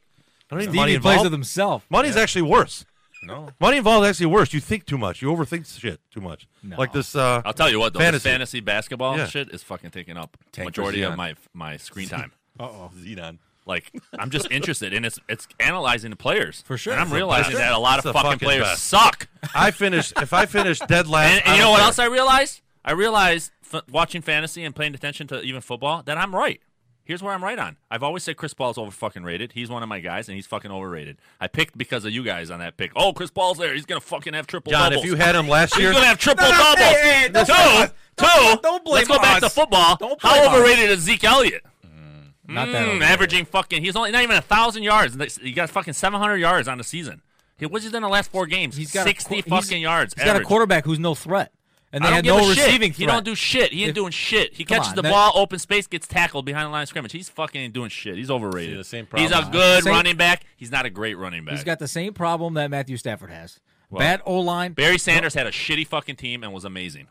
I don't need money Stevie plays involved. with himself. Money's actually worse. No, Money involved is actually worse. You think too much. You overthink shit too much. Like this. Uh, I'll tell you what, though, fantasy, Fantasy. fantasy basketball Yeah. shit is fucking taking up Tank for majority of Zion. my my screen time. Xenon. Like I'm just interested, and it's it's analyzing the players For sure. And I'm For realizing sure. that a lot It's of the fucking, fucking players best. suck. I finished. If I finished dead last, And, and I you know don't what care. else I realized? I realized f- watching fantasy and paying attention to even football that I'm right. Here's where I'm right on. I've always said Chris Paul's over fucking rated. He's one of my guys, and he's fucking overrated. I picked because of you guys on that pick. Oh, Chris Paul's there. He's gonna fucking have triple John, doubles. if you had him last He's year, gonna have triple doubles. hey, hey, two, don't blame us. two. Don't- don't blame Let's go back to us. football. Don't blame How overrated is Zeke Elliott? Not that. Mm, old. averaging fucking. He's only not even a thousand yards. He got fucking seven hundred yards on the season. He what's he done the last four games? He's got a sixty qu- he's- fucking yards. He's got a average. quarterback who's no threat, and they I don't had give no a receiving shit. He threat. don't do shit. He ain't If- doing shit. He Come catches on, the that- ball, open space, gets tackled behind the line of scrimmage. He's fucking ain't doing shit. He's overrated. See, the same He's a problem. good Same- running back. He's not a great running back. He's got the same problem that Matthew Stafford has. Bad O line. Barry Sanders had a shitty fucking team and was amazing.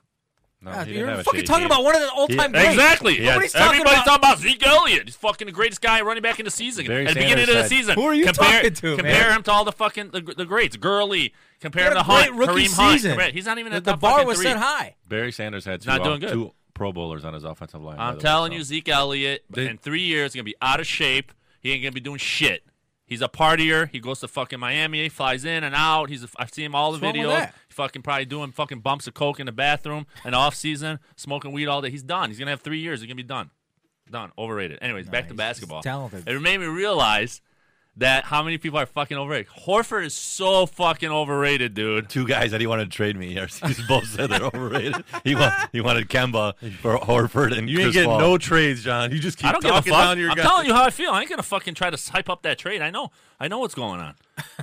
No, God, he didn't have You're a fucking shitty talking game. about one of the all-time greats. Exactly. Nobody's talking Everybody's about- talking about Zeke Elliott. He's fucking the greatest guy running back in the season. Barry At the beginning Sanders of the had- season. Who are you compare, talking to, Compare man? him to all the fucking the, the greats. Gurley. Compare him He to had a Hunt. great rookie Kareem Hunt. season. Compare- He's not even The, at the top bar fucking was three. set high. Barry Sanders had two, Not doing off- good. two Pro Bowlers on his offensive line. by I'm the way, telling so. you, Zeke Elliott in three years gonna be out of shape. He ain't gonna be doing shit. He's a partier. He goes to fucking Miami, flies in and out. He's a, I've seen him all the What's wrong with videos. that? He fucking probably doing fucking bumps of coke in the bathroom and off season, smoking weed all day. He's done. He's gonna have three years. He's gonna be done. Done. Overrated. Anyways, back to he's- basketball. he's talented. It made me realize that how many people are fucking overrated. Horford is so fucking overrated, dude. two guys that he wanted to trade me. He both said they're overrated. He, wa- he wanted Kemba for Horford and you ain't Chris getting Paul. no trades, John. You just keep I don't give a talking fuck. down your I'm guy. telling you how I feel. I ain't gonna fucking try to hype up that trade. I know. I know what's going on.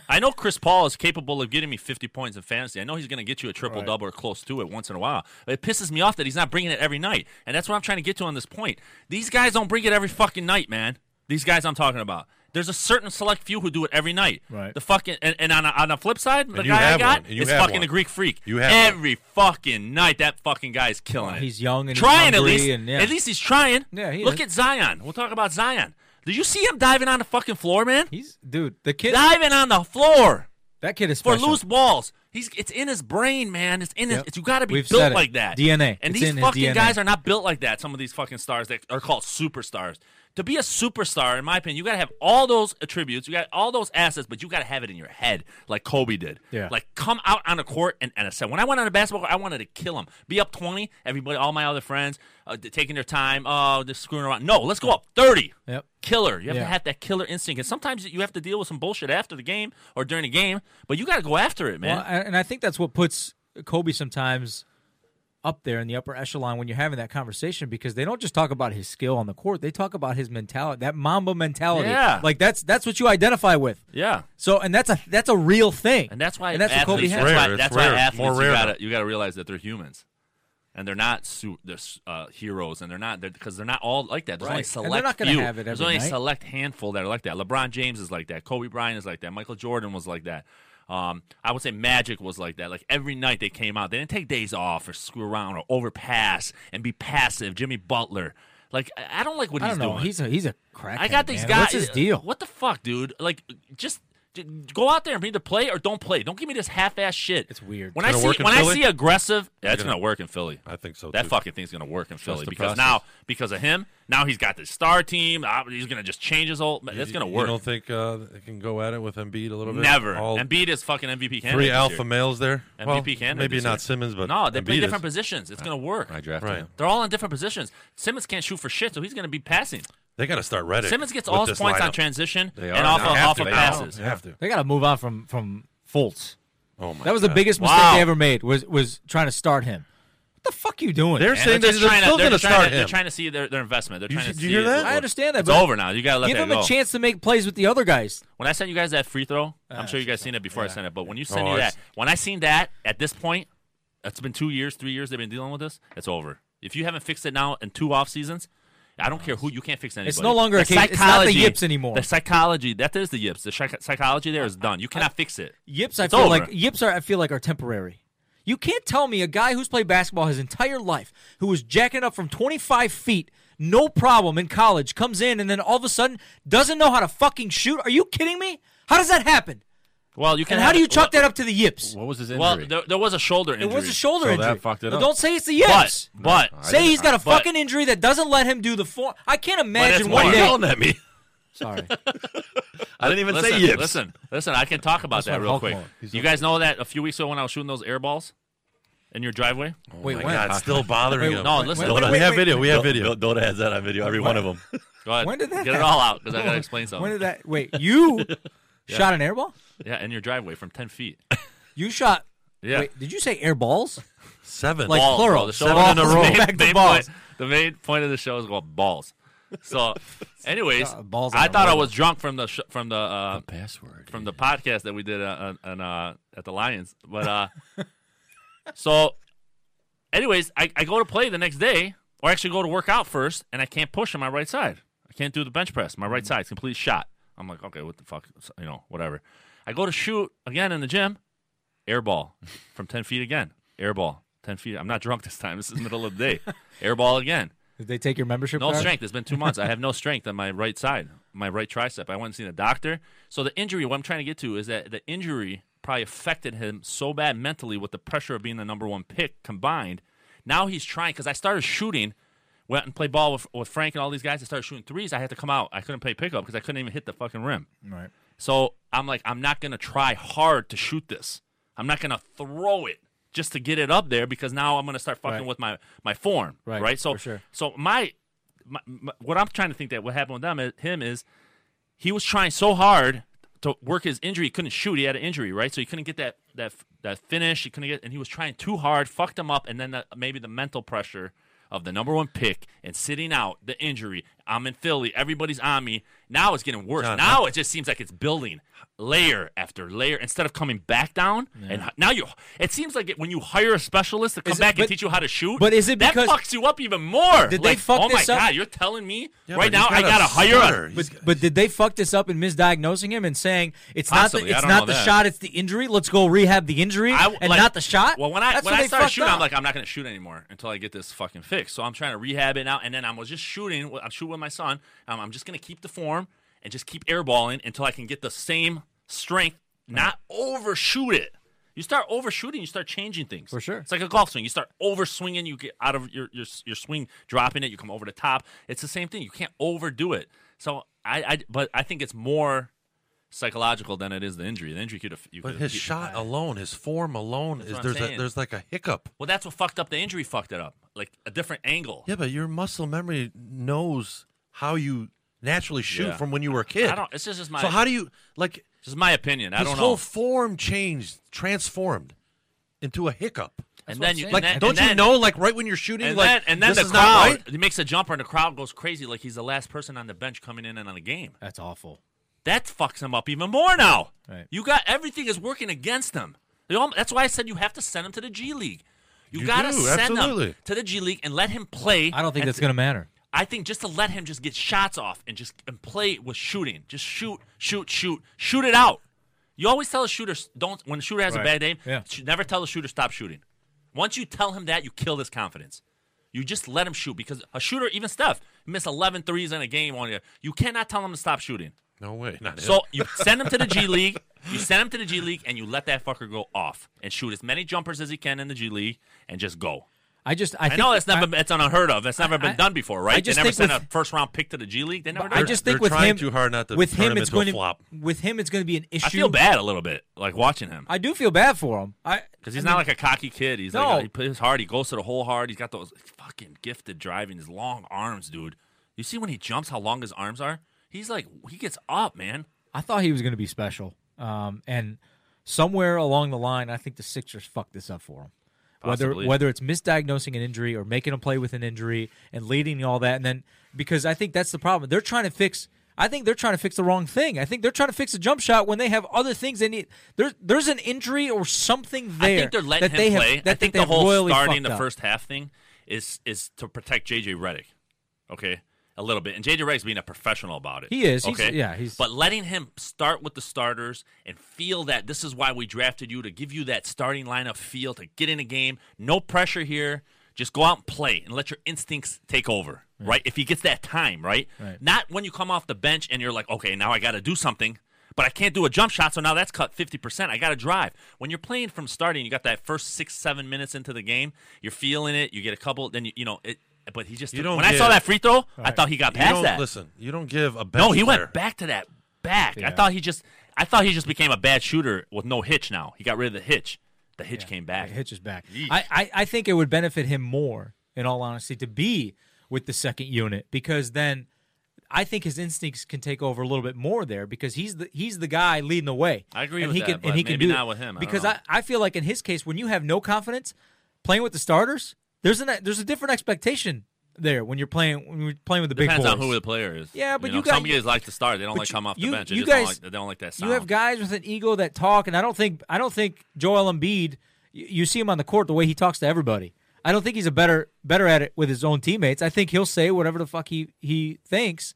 I know Chris Paul is capable of getting me 50 points in fantasy. I know he's gonna get you a triple double or close to it once in a while. But it pisses me off that he's not bringing it every night, and that's what I'm trying to get to on this point. These guys don't bring it every fucking night, man. These guys I'm talking about. There's a certain select few who do it every night. Right. The fucking and, and on, a, on the flip side, the you guy I have got one. You is have fucking one. the Greek freak. You have one. every fucking night that fucking guy is killing it. He's young and he's trying at hungry least. and, yeah. At least he's trying. Yeah, he Look is. at Zion. We'll talk about Zion. Did you see him diving on the fucking floor, man? He's dude. The kid. diving on the floor that kid is for special. loose balls. He's it's in his brain, man. It's in his. Yep. It's, you got to be We've said built it. like that. DNA. And It's these in his fucking DNA. guys are not built like that. Some of these fucking stars that are called superstars. To be a superstar, in my opinion, you got to have all those attributes. You got all those assets, but you got to have it in your head, like Kobe did. Yeah. Like come out on the court and, and I said, when I went on a basketball court, I wanted to kill him. Be up twenty. Everybody, all my other friends, uh, d- taking their time. Oh, just screwing around. No, let's go up thirty Yep. killer. You have Yeah. to have that killer instinct, and sometimes you have to deal with some bullshit after the game or during the game. But you got to go after it, man. Well, and and I think that's what puts Kobe sometimes up there in the upper echelon when you're having that conversation because they don't just talk about his skill on the court, they talk about his mentality, that Mamba mentality. Yeah. Like that's that's what you identify with. yeah, So and that's a that's a real thing. and that's why and that's athletes, what Kobe that's has. why, Rare. that's It's why rare. It's athletes more rare you now. gotta you gotta realize that they're humans. And they're not su- they're, s- uh, heroes, and they're not because they're, not all like that. There's Right. only And select they're not gonna few. have it There's every only a night. select handful that are like that. LeBron James is like that. Kobe Bryant is like that. Michael Jordan was like that. Um, I would say Magic was like that. Like every night they came out, they didn't take days off or screw around or overpass and be passive. Jimmy Butler, like I I don't like what I he's don't know. doing. He's a he's a crack. I got these man. guys. What's his deal? What the fuck, dude? Like, just, j go out there and either play or don't play. Don't give me this half-ass shit. It's weird. When Gonna I see work in when I Philly? see aggressive, yeah, it's gonna, work in Philly. I think so. That too. fucking thing's gonna work in Philly the because process. now because of him, now he's got this star team. Uh, He's gonna just change his whole. That's gonna You work. don't think uh, they can go at it with Embiid a little bit? Never. All Embiid is fucking MVP candidate. three this alpha year. males there. MVP well, candidate Maybe this not year. Simmons, but No, they Embiid play is. different positions. It's gonna work. I drafted Right. him. They're all in different positions. Simmons can't shoot for shit, so he's gonna be passing. They got to start Reddit. Simmons gets with all his this points on lineup. transition They and are. off They of, have off to. of They are. passes. They have to. They got to move on from from Fultz. Oh my That was the God. biggest mistake Wow. they ever made was was trying to start him. What the fuck you doing? They're Man, saying they're they're, just they're trying still to, they're going to just trying start to- him. They're trying to see their, their investment. They're You trying should- to do see. you hear that? It. I understand that, It's but over now. You gotta let Give that him go. a chance to make plays with the other guys. When I sent you guys that free throw, Ah, I'm sure you guys seen it before I sent it. But when you send Oh, you that, it's- when I seen that at this point, it's been two years, three years they've been dealing with this. It's over. If you haven't fixed it now in two off seasons, I don't care who you can't fix anybody. no longer the a case- it's not the psychology- yips anymore. The psychology that is the yips. The psych- psychology there is done. You cannot fix it. Yips, I It's feel over. like yips are. I feel like are temporary. You can't tell me a guy who's played basketball his entire life, who was jacking up from 25 feet, no problem in college, comes in and then all of a sudden doesn't know how to fucking shoot. Are you kidding me? How does that happen? Well, you can. And how have- do you chalk well, that up to the yips? What was his injury? Well, there, there was a shoulder It injury. was a shoulder So that injury. fucked it But up. don't say it's the But, yips. but say he's got a but- fucking injury that doesn't let him do the form. I can't that's imagine more. one Why day. you at me. Sorry. I didn't even listen, say yips. Listen, listen, I can talk about That's that my real Hulk quick. mode. You guys know that a few weeks ago when I was shooting those air balls in your driveway? Wait, My when? God, it's still bothering Wait, him. No, listen. wait, Go wait, we have wait. video. We have Do- video. Do- Dota has that on video. Every one of them. ahead. When did that Get it all out because I got to explain something. When did that? Wait, you shot an airball? Yeah, in your driveway from 10 feet. You shot. Yeah. Wait, did you say air balls? Seven. Like balls, plural. bro. The show Seven is- in a the row. Main, Back to main balls. Point, the main point of the show is called balls. So, anyways, Uh, balls in I a thought I row. was drunk from the sh- from the, uh, Password. from the podcast that we did uh, uh, on, uh, at the Lions. But uh, so, anyways, I, I go to play the next day, or actually go to work out first, and I can't push on my right side. I can't do the bench press. My right side's completely shot. I'm like, okay, what the fuck, So, you know, whatever. I go to shoot again in the gym, air ball from ten feet again, air ball ten feet. I'm not drunk this time. This is the middle of the day. Air ball again. Did they take your membership No card? strength. It's been two months. I have no strength on my right side, my right tricep. I went and seen a doctor. So the injury, what I'm trying to get to is that the injury probably affected him so bad mentally with the pressure of being the number one pick combined. Now he's trying because I started shooting, went and played ball with, with Frank and all these guys. I started shooting threes. I had to come out. I couldn't play pickup because I couldn't even hit the fucking rim. Right. So I'm like, I'm not gonna try hard to shoot this. I'm not gonna throw it just to get it up there because now I'm gonna start fucking Right. with my my form. Right, Right. So for sure. so my, my, my what I'm trying to think that what happened with them is, him is he was trying so hard to work his injury. He couldn't shoot. He had an injury, right? So he couldn't get that that that finish. He couldn't get, and he was trying too hard. Fucked him up, and then the, maybe the mental pressure of the number one pick and sitting out the injury. I'm in Philly. Everybody's on me. Now it's getting worse. John, now it just seems like it's building layer after layer instead of coming back down. And h- now you, it seems like it, when you hire a specialist to come Is it- back but- and teach you how to shoot, but is it that because- fucks you up even more? Did they Like, fuck oh this my up? god, you're telling me Yeah, right but he's now I got gotta a hire stutter. a He's But got- but did they fuck this up and misdiagnosing him and saying it's Possibly. I not the, it's don't not know the that. shot, it's the injury. Let's go rehab the injury I w- and like- not the shot. Well, when I That's when what I they started fucked shooting, up. I'm like, I'm not going to shoot anymore until I get this fucking fixed. So I'm trying to rehab it now, and then I was just shooting. I'm shooting with my son. Um, I'm just going to keep the form and just keep airballing until I can get the same strength, not overshoot it. You start overshooting, you start changing things. For sure. it's like a golf swing. You start overswinging, you get out of your your your swing, dropping it. You come over the top. It's the same thing. You can't overdo it. So I, I but I think it's more psychological than it is the injury. The injury could have. But his shot alone, his form alone, is what I'm there's a, saying. there's like a hiccup. Well, that's what fucked up the injury. Fucked it up, like a different angle. Yeah, but your muscle memory knows how you naturally shoot Yeah. from when you were a kid. I don't. It's just, just my. so how do you like just my opinion. I his don't whole know. form changed, transformed into a hiccup? and then you and Like, then, don't and you then- know? Like right when you're shooting, And like then and then this the is not crowd right? he makes a jumper and the crowd goes crazy, like he's the last person on the bench coming in and on a game. That's awful. That fucks him up even more now. Right. You got everything is working against him. They al- That's why I said you have to send him to the G League. You, You gotta do, send absolutely. him to the G League and let him play. I don't think and that's gonna matter. I think just to let him just get shots off and just and play with shooting. Just shoot, shoot, shoot, shoot it out. You always tell a shooter don't when a shooter has Right. a bad day, Yeah. sh- never tell the shooter stop shooting. Once you tell him that, you kill his confidence. You just let him shoot because a shooter, even Steph, missed 11 threes in a game on you. You cannot tell him to stop shooting. No way. Not him. So you send him to the G League. You send him to the G League and you let that fucker go off and shoot as many jumpers as he can in the G League and just go. I just I, I think, know that's never it's unheard of. It's never been I- done before, right? just they never think sent with- a first round pick to the G League. They never. I did just they're think with trying him too hard not to with turn him him it's into a going to flop. with him it's going to be an issue. that. I feel bad a little bit, like watching him, I do feel bad for him. I because he's not like a cocky kid. He's No. like he plays hard. He goes to the hole hard. He's got those fucking gifted driving. His long arms, dude. You see when he jumps, how long his arms are. He's like he gets up, man. I thought he was going to be special. Um, and somewhere along the line, I think the Sixers fucked this up for him. Whether Possibly. whether it's misdiagnosing an injury or making him play with an injury and leading to all that, and then because I think that's the problem. They're trying to fix. I think they're trying to fix the wrong thing. I think they're trying to fix a jump shot when they have other things they need. There's there's an injury or something there. I think they're letting that him they have- play. that I think they the have whole royally starting fucked the up. first half thing is is to protect JJ Redick. Okay. A little bit, and JJ Redick's being a professional about it. He is. He's- Okay, yeah, he's- But letting him start with the starters and feel that this is why we drafted you to give you that starting lineup feel to get in a game. No pressure here. Just go out and play and let your instincts take over. Right? If he gets that time, right? Right. Not when you come off the bench and you're like, okay, now I got to do something, but I can't do a jump shot, so now that's cut 50%. I got to drive. When you're playing from starting, you got that first six, seven minutes into the game, you're feeling it, you get a couple, then, you, you know, it, but he just You don't when I saw get- that free throw, I thought he got You past don't- that. Listen, you don't give a bench no, Oh, he player- went back to that back. I thought he just I thought he just became a bad shooter with no hitch now. He got rid of the hitch. The hitch came back. Hitch is back. I, I, I think it would benefit him more, in all honesty, to be with the second unit because then I think his instincts can take over a little bit more there because he's the he's the guy leading the way. I agree and with he that, Can, but and he can maybe do not it. with him. I don't because know. I, I feel like in his case, when you have no confidence playing with the starters, there's an there's a different expectation there when you're playing when you're playing with the big Depends boys. on who the player is. Yeah, but you, know, you got- some guys like to start. They don't but like you- come off the you- bench. They you just don't guys- like, they don't like that sound. You have guys with an ego that talk, and I don't think I don't think Joel Embiid. You, you see him on the court the way he talks to everybody. I don't think he's a better better at it with his own teammates. I think he'll say whatever the fuck he he thinks,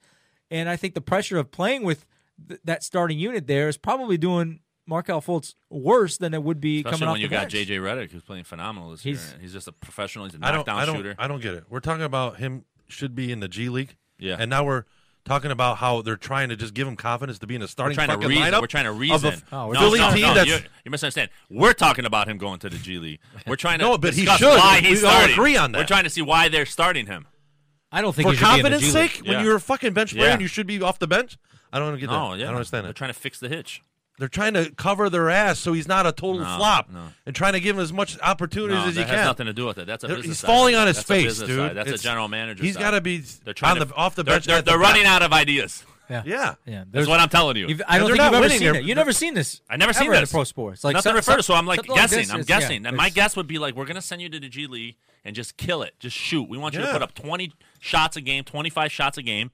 and I think the pressure of playing with th- that starting unit there is probably doing Markel Fultz worse than it would be Especially coming off when you the got bench. JJ Redick, who's playing phenomenal this He's- year. and He's just a professional. He's a I don't, knockdown I don't, shooter. I don't get it. We're talking about him should be in the G League. Yeah. And now we're talking about how they're trying to just give him confidence to be in a starting trying to fucking reason. lineup. We're trying to of a reason. f- Oh, we're Philly no, no, team no, that's you, you misunderstand. We're talking about him going to the G League. We're trying to No, but he discuss should. Why he's We all starting. agree on that. We're trying to see why they're starting him. I don't think for he should be in the confidence G League. sake. When Yeah. you're a fucking bench player, Yeah. and you should be off the bench. I don't get that. No, yeah, I don't understand They're that. trying to fix the hitch. They're trying to cover their ass so he's not a total flop, no. and trying to give him as much opportunities No, as that he has can. nothing to do with it. That's a They're- business. he's side. falling on his That's a face, business dude. side. That's It's- a general manager. He's got got to be They're trying on the to, off the they're- bench. They're, at the they're back. running out of ideas. Yeah. Yeah, That's there's- what I'm telling you. You've- uh, I don't They're think you've not ever winning. seen They're- it. You've never seen this. I never seen ever in this. pro sports. Like Nothing some- referred to. So I'm like something guessing. this I'm is- yeah, guessing. and my there's- guess would be like, we're gonna send you to the G League and just kill it. Just shoot. We want you Yeah. to put up 20 shots a game, 25 shots a game,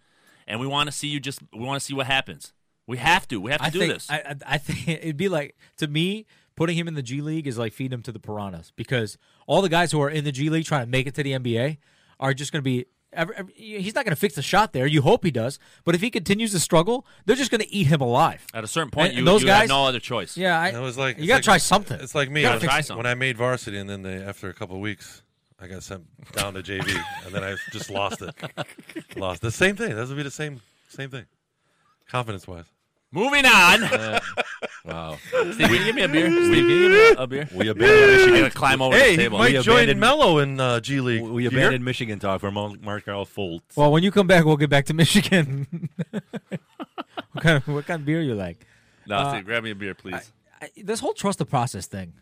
and we want to see you just. We want to see what happens. We have to. We have to I do think, this. I, I- I think it'd be like to me putting him in the G League is like feeding him to the piranhas because all the guys who are in the G League trying to make it to the NBA are just going to be. Every, every- he's not going to fix the shot there. You hope he does, but if he continues to struggle, they're just going to eat him alive. At a certain point, And- you, and those you guys- have no other choice. Yeah, I, It was like you it's got to like- try something. It's like me Gotta when, fix try something. when I made varsity, and then they after a couple of weeks, I got sent down to JV, and then I just lost it. lost the same thing. That would be the same same thing, confidence wise. Moving on. Wow. Steve, can you give me a beer. Steve, can you give me a, a beer. We abandoned, She's Michigan, gonna climb over Hey, the he table. might We join abandoned- Mello in uh, G League. we You hear? abandoned Michigan talk for Mar- Markel Fultz. Well, when you come back, we'll get back to Michigan. what kind of what kind of beer you like? no, uh, Steve, grab me a beer, please. I, this whole trust the process thing.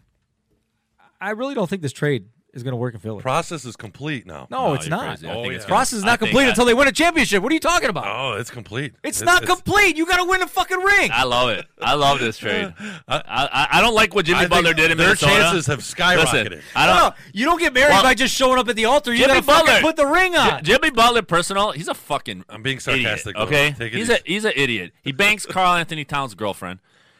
I really don't think this trade is going to work in Philly. Process is complete now. no, it's not. Crazy. I Oh, think yeah. it's gonna- Process is I not think complete I- until they win a championship. What are you talking about? Oh, it's complete. It's, not it's- complete. You got to win a fucking ring. I love it. I love this trade. I, I, I don't like what Uh, I Jimmy think Butler did in their Minnesota. chances have skyrocketed. Listen, I don't. No, you don't get married Well, by just showing up at the altar. You got Jimmy to fucking Butler. put the ring on. J- Jimmy Butler, personal, he's a fucking. I'm being idiot, sarcastic, though. okay, Take it he's easy. a he's an idiot. He bangs Carl Anthony Towns' girlfriend.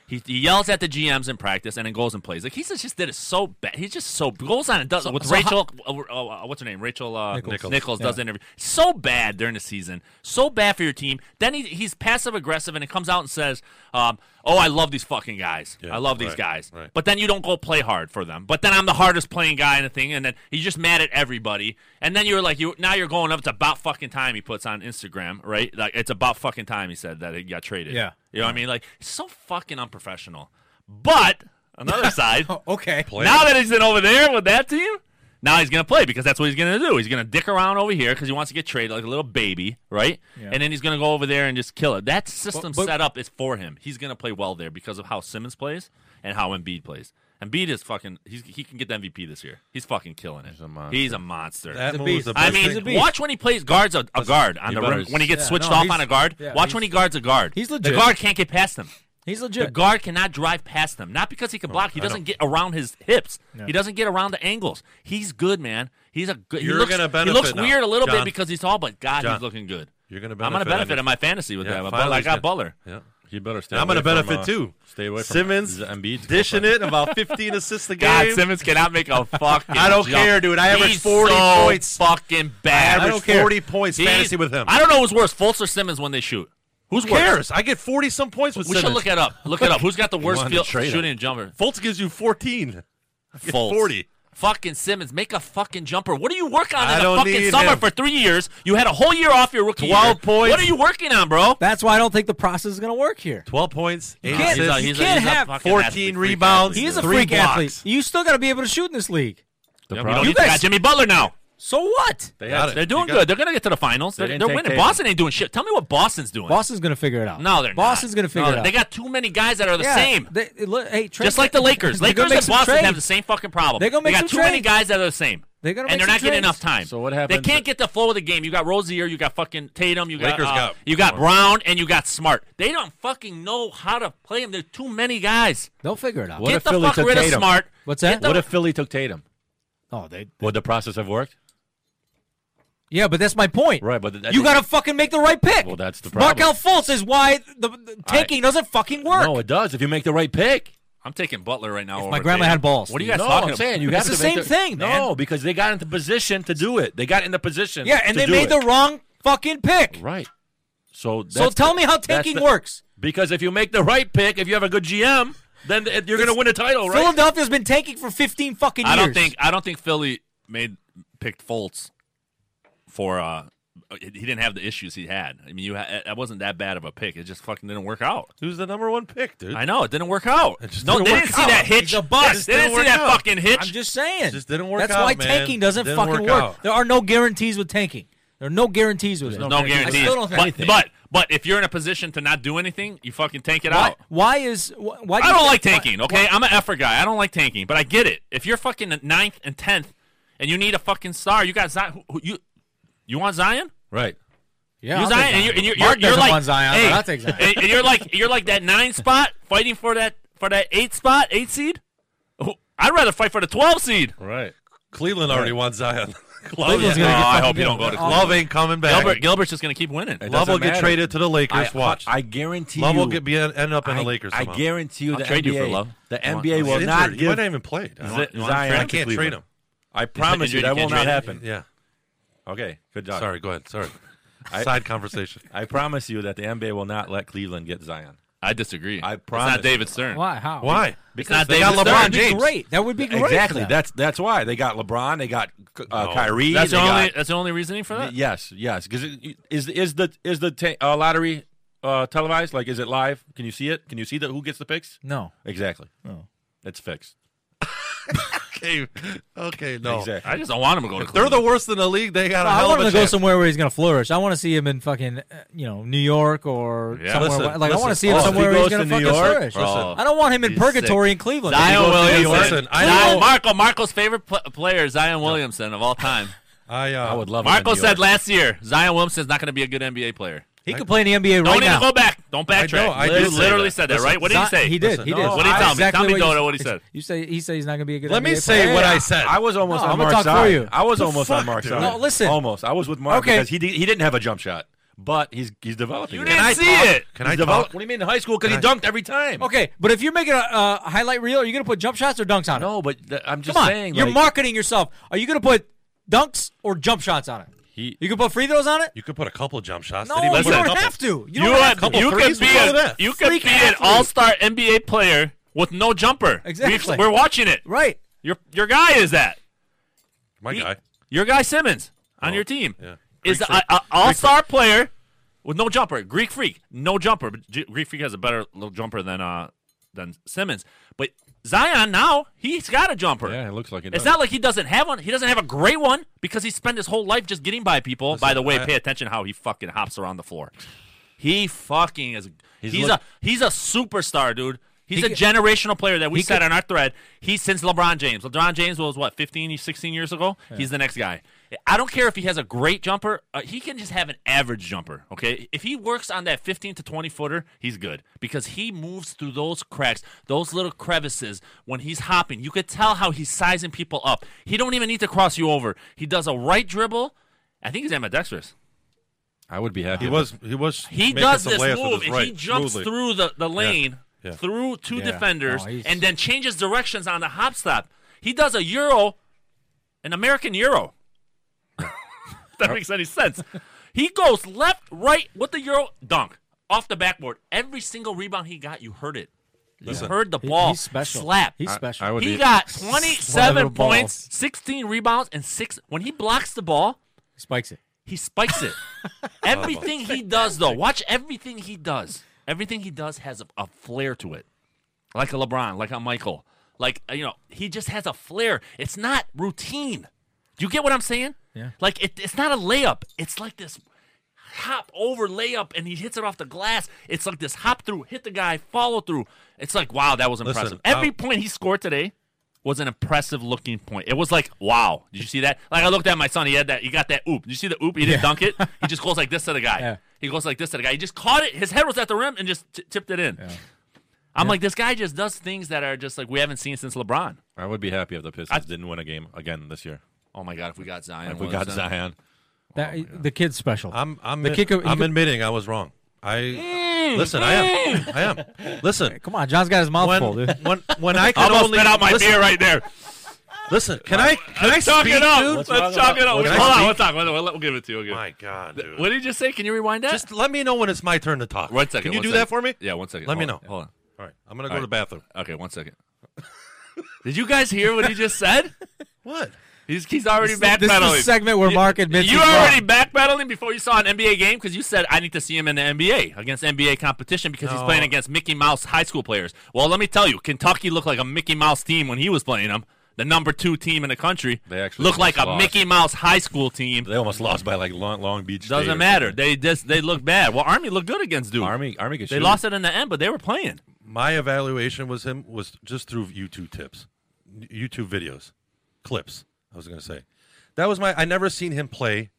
He, he yells at the GMs in practice and then goes and plays. Like he just, just did it so bad. He just so goes on and does with so Rachel. uh, uh, what's her name? Rachel uh, Nichols. Nichols, Nichols. does the interview. So bad during the season. So bad for your team. Then he, he's passive aggressive and it comes out and says, um, "Oh, I love these fucking guys. Yeah, I love these right, guys." right. But then you don't go play hard for them. But then I'm the hardest playing guy in the thing, and then he's just mad at everybody. And then you're like, you now you're going up. It's about fucking time he puts on Instagram, right? Like it's about fucking time he said that he got traded. Yeah. you know what I mean? Like it's so fucking unprofessional. But another side, Oh, okay. now that he's in over there with that team, now he's gonna play because that's what he's gonna do. He's gonna dick around over here because he wants to get traded like a little baby, right? Yeah. And then he's gonna go over there and just kill it. That system but- set up is for him. He's gonna play well there because of how Simmons plays and how Embiid plays. Embiid is fucking. He's, he can get the MVP this year. He's fucking killing it. He's a monster. That a move beast. was the I best mean, thing. watch when he plays guards a, a guard on you the better rim when he gets yeah, switched no, off he's- on a guard. yeah, watch he's- when he guards a guard. he's The legit. guard can't get past him. He's The legit. guard cannot drive past him. Not because he Oh, can block. He doesn't get around his hips. He doesn't get around the angles. He's good, man. He's a good. You're he looks, gonna He benefit looks now, weird a little bit John. because he's tall, but God, John, he's looking good. You're gonna I'm gonna benefit on benefit it. in my fantasy with Yeah, that. But finally I he's got gonna- Butler. Yeah. He better stay. And I'm going to away from, benefit uh, too. Stay away from Simmons Embiid's dishing it about 15 assists a game. God, Simmons cannot make a fucking. I don't jump. care, dude. I average He's 40 so points. Fucking bad. I average 40 points He's- fantasy with him. I don't know who's worse, Fultz or Simmons when they shoot. Who's Who worse? cares? I get 40 some points with We Simmons. should look it up. Look it up. Who's got the worst wanted to field trade him. shooting and jumper? Fultz gives you 14. Get Fultz. 40. Fucking Simmons, make a fucking jumper. What do you work on I in the don't fucking need summer him. for three years? You had a whole year off your rookie. 12 year. points. What are you working on, bro? That's why I don't think the process is going to work here. 12 points, 8 can't- assists. he's a- he's a- can't have fucking 14 athlete, freak rebounds. athlete. He is a Three freak blocks. athlete. You still got to be able to shoot in this league. Yeah, we problem- don't You need- they guys- got Jimmy Butler now. So what? They Got had, it. They're doing You got good. They're going to get to the finals. They are They didn't they're take winning. Tatum. Boston ain't doing shit. Tell me what Boston's doing. Boston's going to figure it out. no, they're not. Boston's going to No, figure it out. They got too many guys that are the Yeah, same. They, it look- hey, trade- Just like the Lakers. they're gonna Lakers make and some Boston have trades. the same fucking problem. They're gonna make they some got too many trades. guys that are the same. They're gonna make and they're some not getting trades. enough time. So what happens- They can't get the flow of the game. You got Rozier, you got fucking Tatum, you got, Lakers uh, got- you got Brown, and you got Smart. They don't fucking know how to play them. There's too many guys. They'll figure it out. What get if the Philly fuck took rid of Tatum? Smart. What's Get that? the- What if Philly took Tatum? Oh, they. Would the process have worked? Yeah, but that's my point. Right, but that- you got to fucking make the right pick. Well, that's the Markel Fultz is why the, the tanking doesn't fucking work. No, it does. If you make the right pick. I'm taking Butler right now. If over my grandma Tatum. had balls. What are you guys no, talking I'm saying you It's got the to make same thing, No, because they got into position to do it. They got in the position. yeah, and to they do made it. the wrong fucking pick. right. So that's So tell me the- how that's tanking the- works. Because if you make the right pick, if you have a good GM, then th- you're going to win a title, right? Philadelphia's been tanking for 15 fucking I years. don't think I don't think Philly made picked Fultz for uh he didn't have the issues he had. I mean, you ha- that wasn't that bad of a pick. It just fucking didn't work out. Who's the number one pick, dude? I know it didn't work out. just No, didn't they work didn't see that out. hitch. He's a bust. They didn't Didn't see work that out. fucking hitch. I'm just saying. Just didn't work That's out, why man. tanking doesn't Didn't fucking work work. out. There are no guarantees with tanking. There are no guarantees with it. no guarantees. I still don't think but, but but if you're in a position to not do anything, you fucking tank it why, out. why is why? why do I you don't think- like tanking. why- Okay, I'm an effort guy. I don't like tanking, but I get it. If you're fucking at ninth and tenth, and you need a fucking star, you got Zion. Who, who, you you want Zion? right. Yeah, You're I'll take Zion, and you're, and you're, Mark you're, you're doesn't like want Zion, but hey, I'll take Zion. And, and you're like you're like that nine spot fighting for that for that eight spot, eight seed. Who- I'd rather fight for the twelve seed. Right. Cleveland already wants Zion. Cleveland's Oh, gonna get I fucking hope you don't go to killed. Cleveland. Love ain't coming back. Gilbert, Gilbert's just gonna keep winning. It Love will doesn't get matter. traded to the Lakers. I, Watch. I guarantee Love you. will get be end up in I, the Lakers. I somehow. guarantee you. I'll the trade you NBA, for Love. The I want- NBA He's will injured. not He might give. not even played. I, Z- you want Zion. him I to can't trade Cleveland. him. I promise you injured, you that will can't not trade him. happen. Yeah. Okay. Good job. Sorry. Go ahead. Sorry. Side conversation. I promise you that the NBA will not let Cleveland get Zion. I disagree. I It's promise. not David Stern. Why? How? Why? It's not they David got Stern. LeBron That'd be James. great. That would be great. for Exactly. them. That's that's why they got LeBron. They got uh, Kyrie. That's the they only. got- That's the only reasoning for that. Yes, yes. Because is is the is the ta- uh, lottery uh, televised? Like, is it live? Can you see it? Can you see the who gets the picks? no. Exactly. Oh, it's fixed. Okay. Okay. No. Exactly. I just don't want him to go to They're Cleveland. the worst in the league. They got a I hell want of him a to go chance. somewhere where he's going to flourish. I want to see him in fucking, uh, you know, New York or Yeah. somewhere. Listen, where- like I listen. want to see him Oh, if he somewhere where he's goes going to fucking New York, flourish. listen. I don't want him in He's purgatory in Cleveland. He Zion goes to New Williamson. York. Listen, I Zion- know- Marco, Marco's favorite pl- player, Zion Williamson of all time. I, uh, I would love. Marco it in New said York. last year, Zion Williamson's not going to be a good NBA player. he could play in the NBA Don't right even now. go back. Don't backtrack. I you did say literally that. said that, right? What did he Zion- say? He did. Listen, he no, did. What did he I- tell me? exactly Tell me, what you- Dodo, what he said. You say he said he's not going to be a good. Let me NBA say player. what I said. I was almost No, on I'ma Mark's talk for side. you. I was The almost fuck, on Mark's dude? side. No, listen. Almost. I was with Mark Okay. because he di- he didn't have a jump shot, but he's he's developing. You it. didn't He's see it. Can I develop- talk? What do you mean in high school? Because he Can I- dunked every time. Okay, but if you're making a uh, highlight reel, are you going to put jump shots or dunks on it? No, but th- I'm just Come on, saying. you're like, marketing yourself. Are you going to put dunks or jump shots on it? He- you can put free throws on it. You could put a couple jump shots. No, Did he you put a don't couple? have to. You You, don't have to. would- couple you could threes? be What's wrong with a, that? you could Freak be an athlete. all-star NBA player with no jumper. We- Exactly. We're watching it. Right. Your your guy is that. My He- guy. Your guy Simmons on your team yeah. is a, a all-star player with no jumper. Greek Freak, no jumper. But G- Greek Freak has a better little jumper than uh than Simmons. But Zion now he's got a jumper. Yeah, it looks like it. It's does. not like he doesn't have one. He doesn't have a great one because he spent his whole life just getting by people. by the way, I- pay attention how he fucking hops around the floor. He fucking is. He's, look- a he's a superstar, dude. He's He a could- generational player that we he said could- on our thread. He's since LeBron James. LeBron James was what 15, 16 years ago. He's the next guy. I don't care if he has a great jumper. Uh, he can just have an average jumper. Okay, if he works on that fifteen to twenty footer, he's good because he moves through those cracks, those little crevices. When he's hopping, you could tell how he's sizing people up. He don't even need to cross you over. He does a right dribble. I think he's ambidextrous. I would be happy. He if- was. He was. He making does some this layups with move his and he right, jumps smoothly. through the, the lane, Yeah. through two Yeah. defenders, Oh, he's- and then changes directions on the hop stop. He does a Euro, an American Euro. that makes any sense. He goes left, right with the Euro dunk off the backboard. Every single rebound he got, you heard it. You heard the He- ball he's special. slap. He's special. I would he be- got Slap the 27 ball. points, 16 rebounds, and six. When he blocks the ball, Spikes it. he spikes it. everything he does, though, watch everything he does. Everything he does has a, a flair to it, like a LeBron, like a Michael, like uh, you know, he just has a flair. It's not routine. Do you get what I'm saying? Yeah. Like it, it's not a layup. It's like this hop over layup, and he hits it off the glass. It's like this hop through, hit the guy, follow through. It's like wow, that was Listen, impressive. Every I'll- point he scored today was an impressive looking point. It was like wow. Did you see that? Like I looked at my son. He had that. He got that oop. Did you see the oop? He didn't dunk it. He just goes like this to the guy. Yeah. He goes like this to the guy. He just caught it. His head was at the rim and just t- tipped it in. I'm like, this guy just does things that are just like we haven't seen since LeBron. I would be happy if the Pistons didn't win a game again this year. Oh my god, if we got Zion, If we got Williamson. Zion, That, the kid's special. I'm I'm The kicker- he I'm could- admitting I was wrong. I Eh. listen. I am. I am. Listen. Come on, John's got his mouth When full, dude. when when I I can almost only spit out my listen, beer right there. Listen. Can I can I Chalk speak, it up. dude? Let's chalk it up. Can I Hold on, speak? we'll talk. We'll, we'll, we'll give it to you. We'll give it- My God, dude. What did you just say? Can you rewind that? Just let me know when it's my turn to talk. one second. Can you one do second. that for me? Yeah, one second. Let me Hold on, know. Hold All right. I'm gonna go All to the right. bathroom. on. Okay, one second. Did you guys hear what he just said? What? He's, he's already this is the backpedaling. segment where Mark admits you he's wrong. already backpedaling before you saw an NBA game because you said I need to see him in the NBA against NBA competition because he's playing against Mickey Mouse high school players. Well, let me tell you, Kentucky looked like a Mickey Mouse team when he was playing them. The number two team in the country They actually looked like almost a lost. Mickey Mouse high school team. they almost lost by like Long, Long Beach. State or Doesn't matter. They just they look bad. Well, Army looked good against Duke. something. Army, Army could They shoot. lost it in the end, but they were playing. My evaluation was him was just through YouTube tips, YouTube videos, clips. I was gonna say that was my. I never seen him play.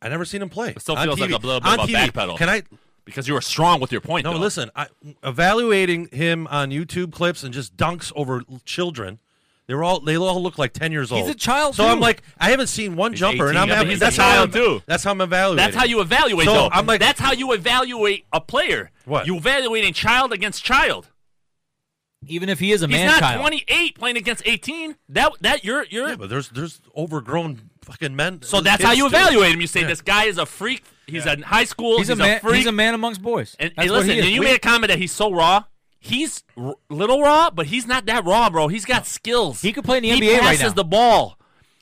I never seen him play. It still feels like a little bit of a backpedal. Can I? Because you were strong with your point. No, though. listen. I, evaluating him on YouTube clips and just dunks over l- children. They were all they all look like ten years old. a child, So I'm too. like, I haven't seen one jumper, and 18. I'm Yeah, but having, he's a that's how child, I'm- too. That's how I'm evaluating. That's how you evaluate. So, though. I'm like- that's how you evaluate a player. What? you evaluating child against child. Even if he is a He's man not child. 28 playing against 18. That that you're you're. Yeah, but there's there's overgrown fucking men. so that's how kids, you too. evaluate him. You say this guy is a freak. He's in high school. He's, He's, a man. freak. he's a man amongst boys. and, That's and what listen, he is. and you We- made a comment that he's so raw. He's r- little raw, but he's not that raw, bro. He's got skills. He could play in the he NBA right passes now. the ball.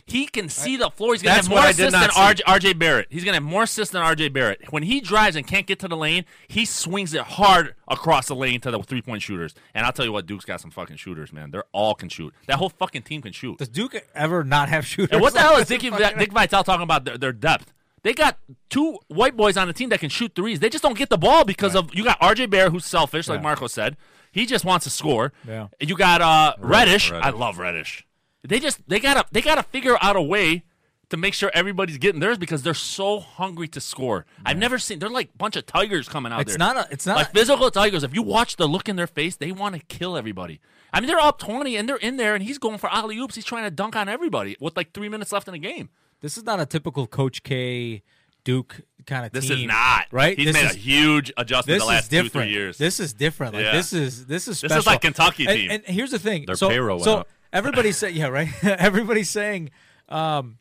He can see the floor. He's gonna That's have what more I did assists than not see. RJ, RJ Barrett. He's gonna have more assists than RJ Barrett. When he drives and can't get to the lane, he swings it hard across the lane to the three point shooters. And I'll tell you what, Duke's got some fucking shooters, man. They're all can shoot. That whole fucking team can shoot. Does Duke ever not have shooters? And what the hell is Dick, Dick Vitale talking about their, their depth? They got two white boys on the team that can shoot threes. They just don't get the ball because of you got RJ Bear who's selfish, like Yeah. Marco said. He just wants to score. Yeah. And You got uh, Reddish. Reddish. I love Reddish. They just they gotta they gotta figure out a way to make sure everybody's getting theirs because they're so hungry to score. I've never seen they're like bunch of tigers coming out It's there. not a- it's not like a- physical tigers. If you watch the look in their face, they want to kill everybody. I mean, they're up twenty and they're in there, and he's going for alley oops. He's trying to dunk on everybody with like three minutes left in the game. This is not a typical Coach K Duke kind of This team. is not right. He's this made is, a huge adjustment this the is last two different. three years. This is different. Like Yeah. this is this is This special. is like Kentucky and, team. And here's the thing. Their so, payroll went so up. everybody's saying yeah right. everybody's saying um,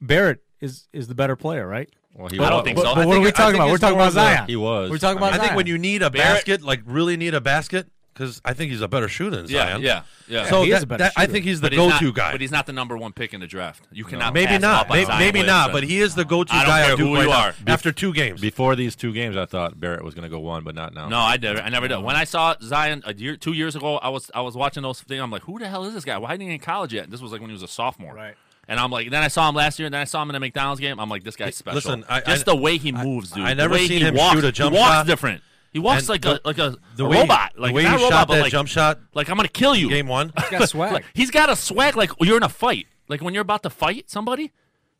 Barrett is is the better player right. Well, he I don't was. think But, so. but I what think- are we I talking think about? We're it's talking more about of the- Zion. He was. We're talking I about. I think Zion. when you need a Barrett- basket, like really need a basket, because I think he's a better shooter than yeah, Zion. yeah, yeah. So he is that- a better that- I shooter. think he's the But he's not- go-to guy. but he's not the number one pick in the draft. You cannot. maybe pass not. up on May- Zion Maybe not. But Williamson. he is the go-to I don't guy. care at Duke who you right are. now, After two games, Before these two games, I thought Barrett was going to go one, but not now. No, I never, I never did. When I saw Zion a year, two years ago, I was, I was watching those things. I'm like, who the hell is this guy? Why didn't he in college yet? This was like when he was a sophomore, Right. And I'm like, then I saw him last year, and then I saw him in a McDonald's game. I'm like, this guy's special. listen, I- just I- the way he moves, dude. I never the way seen he him walks. shoot a jump he walks shot. different. He walks And like the- a like a, the a way he- robot. the like way not he a robot, shot but that like, jump shot Like I'm gonna kill you. game one. He's got swag. Like, he's got a swag like you're in a fight. Like when you're about to fight somebody,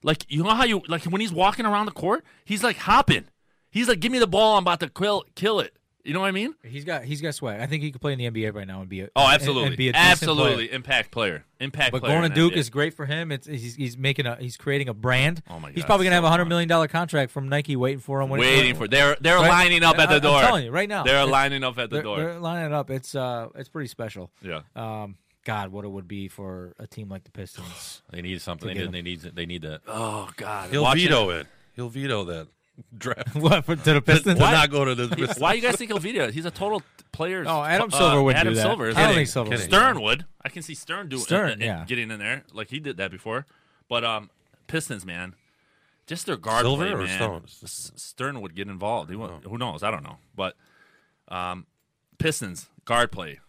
like you know how you like when he's walking around the court, he's like hopping. He's like, "Give me the ball, I'm about to kill kill it." You know what I mean? He's got he's got swag. I think he could play in the NBA right now and be a Oh, and- absolutely, and be a decent absolutely player. impact player, impact. But player going to in Duke NBA. is great for him. It's he's, he's making a he's creating a brand. Oh my God, He's probably gonna so have a hundred fun. million dollar contract from Nike waiting for him. When waiting for they're they're Right? lining up at I- the I'm door. telling you, right now. they're It's- lining up at the they're, door. they're lining it up. It's uh it's pretty special. Yeah, Um, God, what it would be for a team like the Pistons. They need something. They get need, they need. They need that. Oh God. he'll Watching- veto it. He'll veto that draft. what for, to the Did Pistons? not go to He- this. Why you guys think he'll veto? it? He's a total t- player's. No, Adam uh, Silver would Adam do that. Silver is I don't kidding. think Silver. would. Stern would. I can see Stern doing Stern, uh, uh, yeah. getting in there like he did that before. But um, Pistons, man, just their guard Silver play, or Oh. man. Stone? S- Stern would get involved. He won't- Who knows? I don't know. But um, Pistons guard play.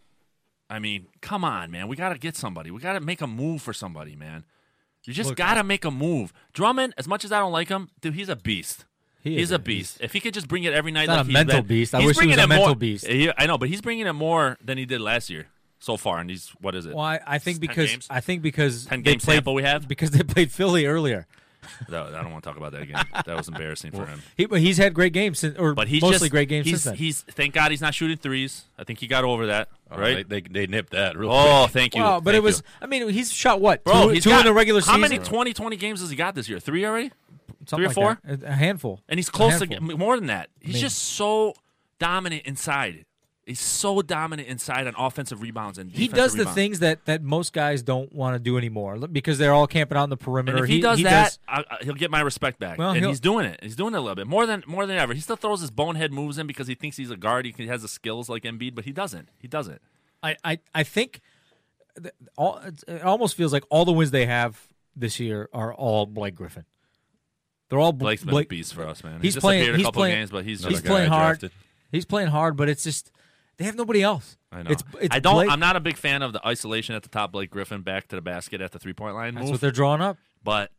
I mean, come on, man. We got to get somebody. We got to make a move for somebody, man. You just gotta make a move. Drummond, as much as I don't like him, dude, he's a beast. He he's is a a beast. If he could just bring it every night, not like a he's mental been- beast. I he's wish he bringing was a it more- mental beast. He- I know, but he's bringing it more than he did last year so far. And he's what is it? Well, I, I think 10 because games? I think because 10 they game played sample we have? because they played Philly earlier. No, I don't want to talk about that again. That was embarrassing for him. He, but he's had great games since, or But he's mostly just, great games he's, since then. He's thank God he's not shooting threes. I think he got over that, Oh, right? They, they, they nipped that real oh, thank you. Wow, but thank it was. you. I mean, he's shot what bro. two, he's two got, in the regular how season. many 20, 20 games has he got this year? Three already, Something three or like that. a a handful. and he's A close to handful. m- more than that. He's mean- just so dominant inside. He's so dominant inside on offensive rebounds and He defensive does the rebounds. things that, that most guys don't want to do anymore li- because they're all camping out on the perimeter. And if he, does that, does- I, I, he'll get my respect back. Well, and he'll- he's doing it. He's doing it a little bit more than more than ever. He still throws his bonehead moves in because he thinks he's a guard. He can- he has the skills like Embiid, but he doesn't. He doesn't. I, I, I think th- all, it's- it almost feels like all the wins they have this year are all Blake Griffin. They're all Bl- Blake's been Blake, a beast for us, man. He's he playing. disappeared He's a couple playing. games, but he's, he's just playing I hard. drafted. He's playing hard, but it's just they have nobody else. I know. It's, it's I don't. Blake- I'm not a big fan of the isolation at the top, Blake Griffin back to the basket at the three point line That's move. what they're drawing up. but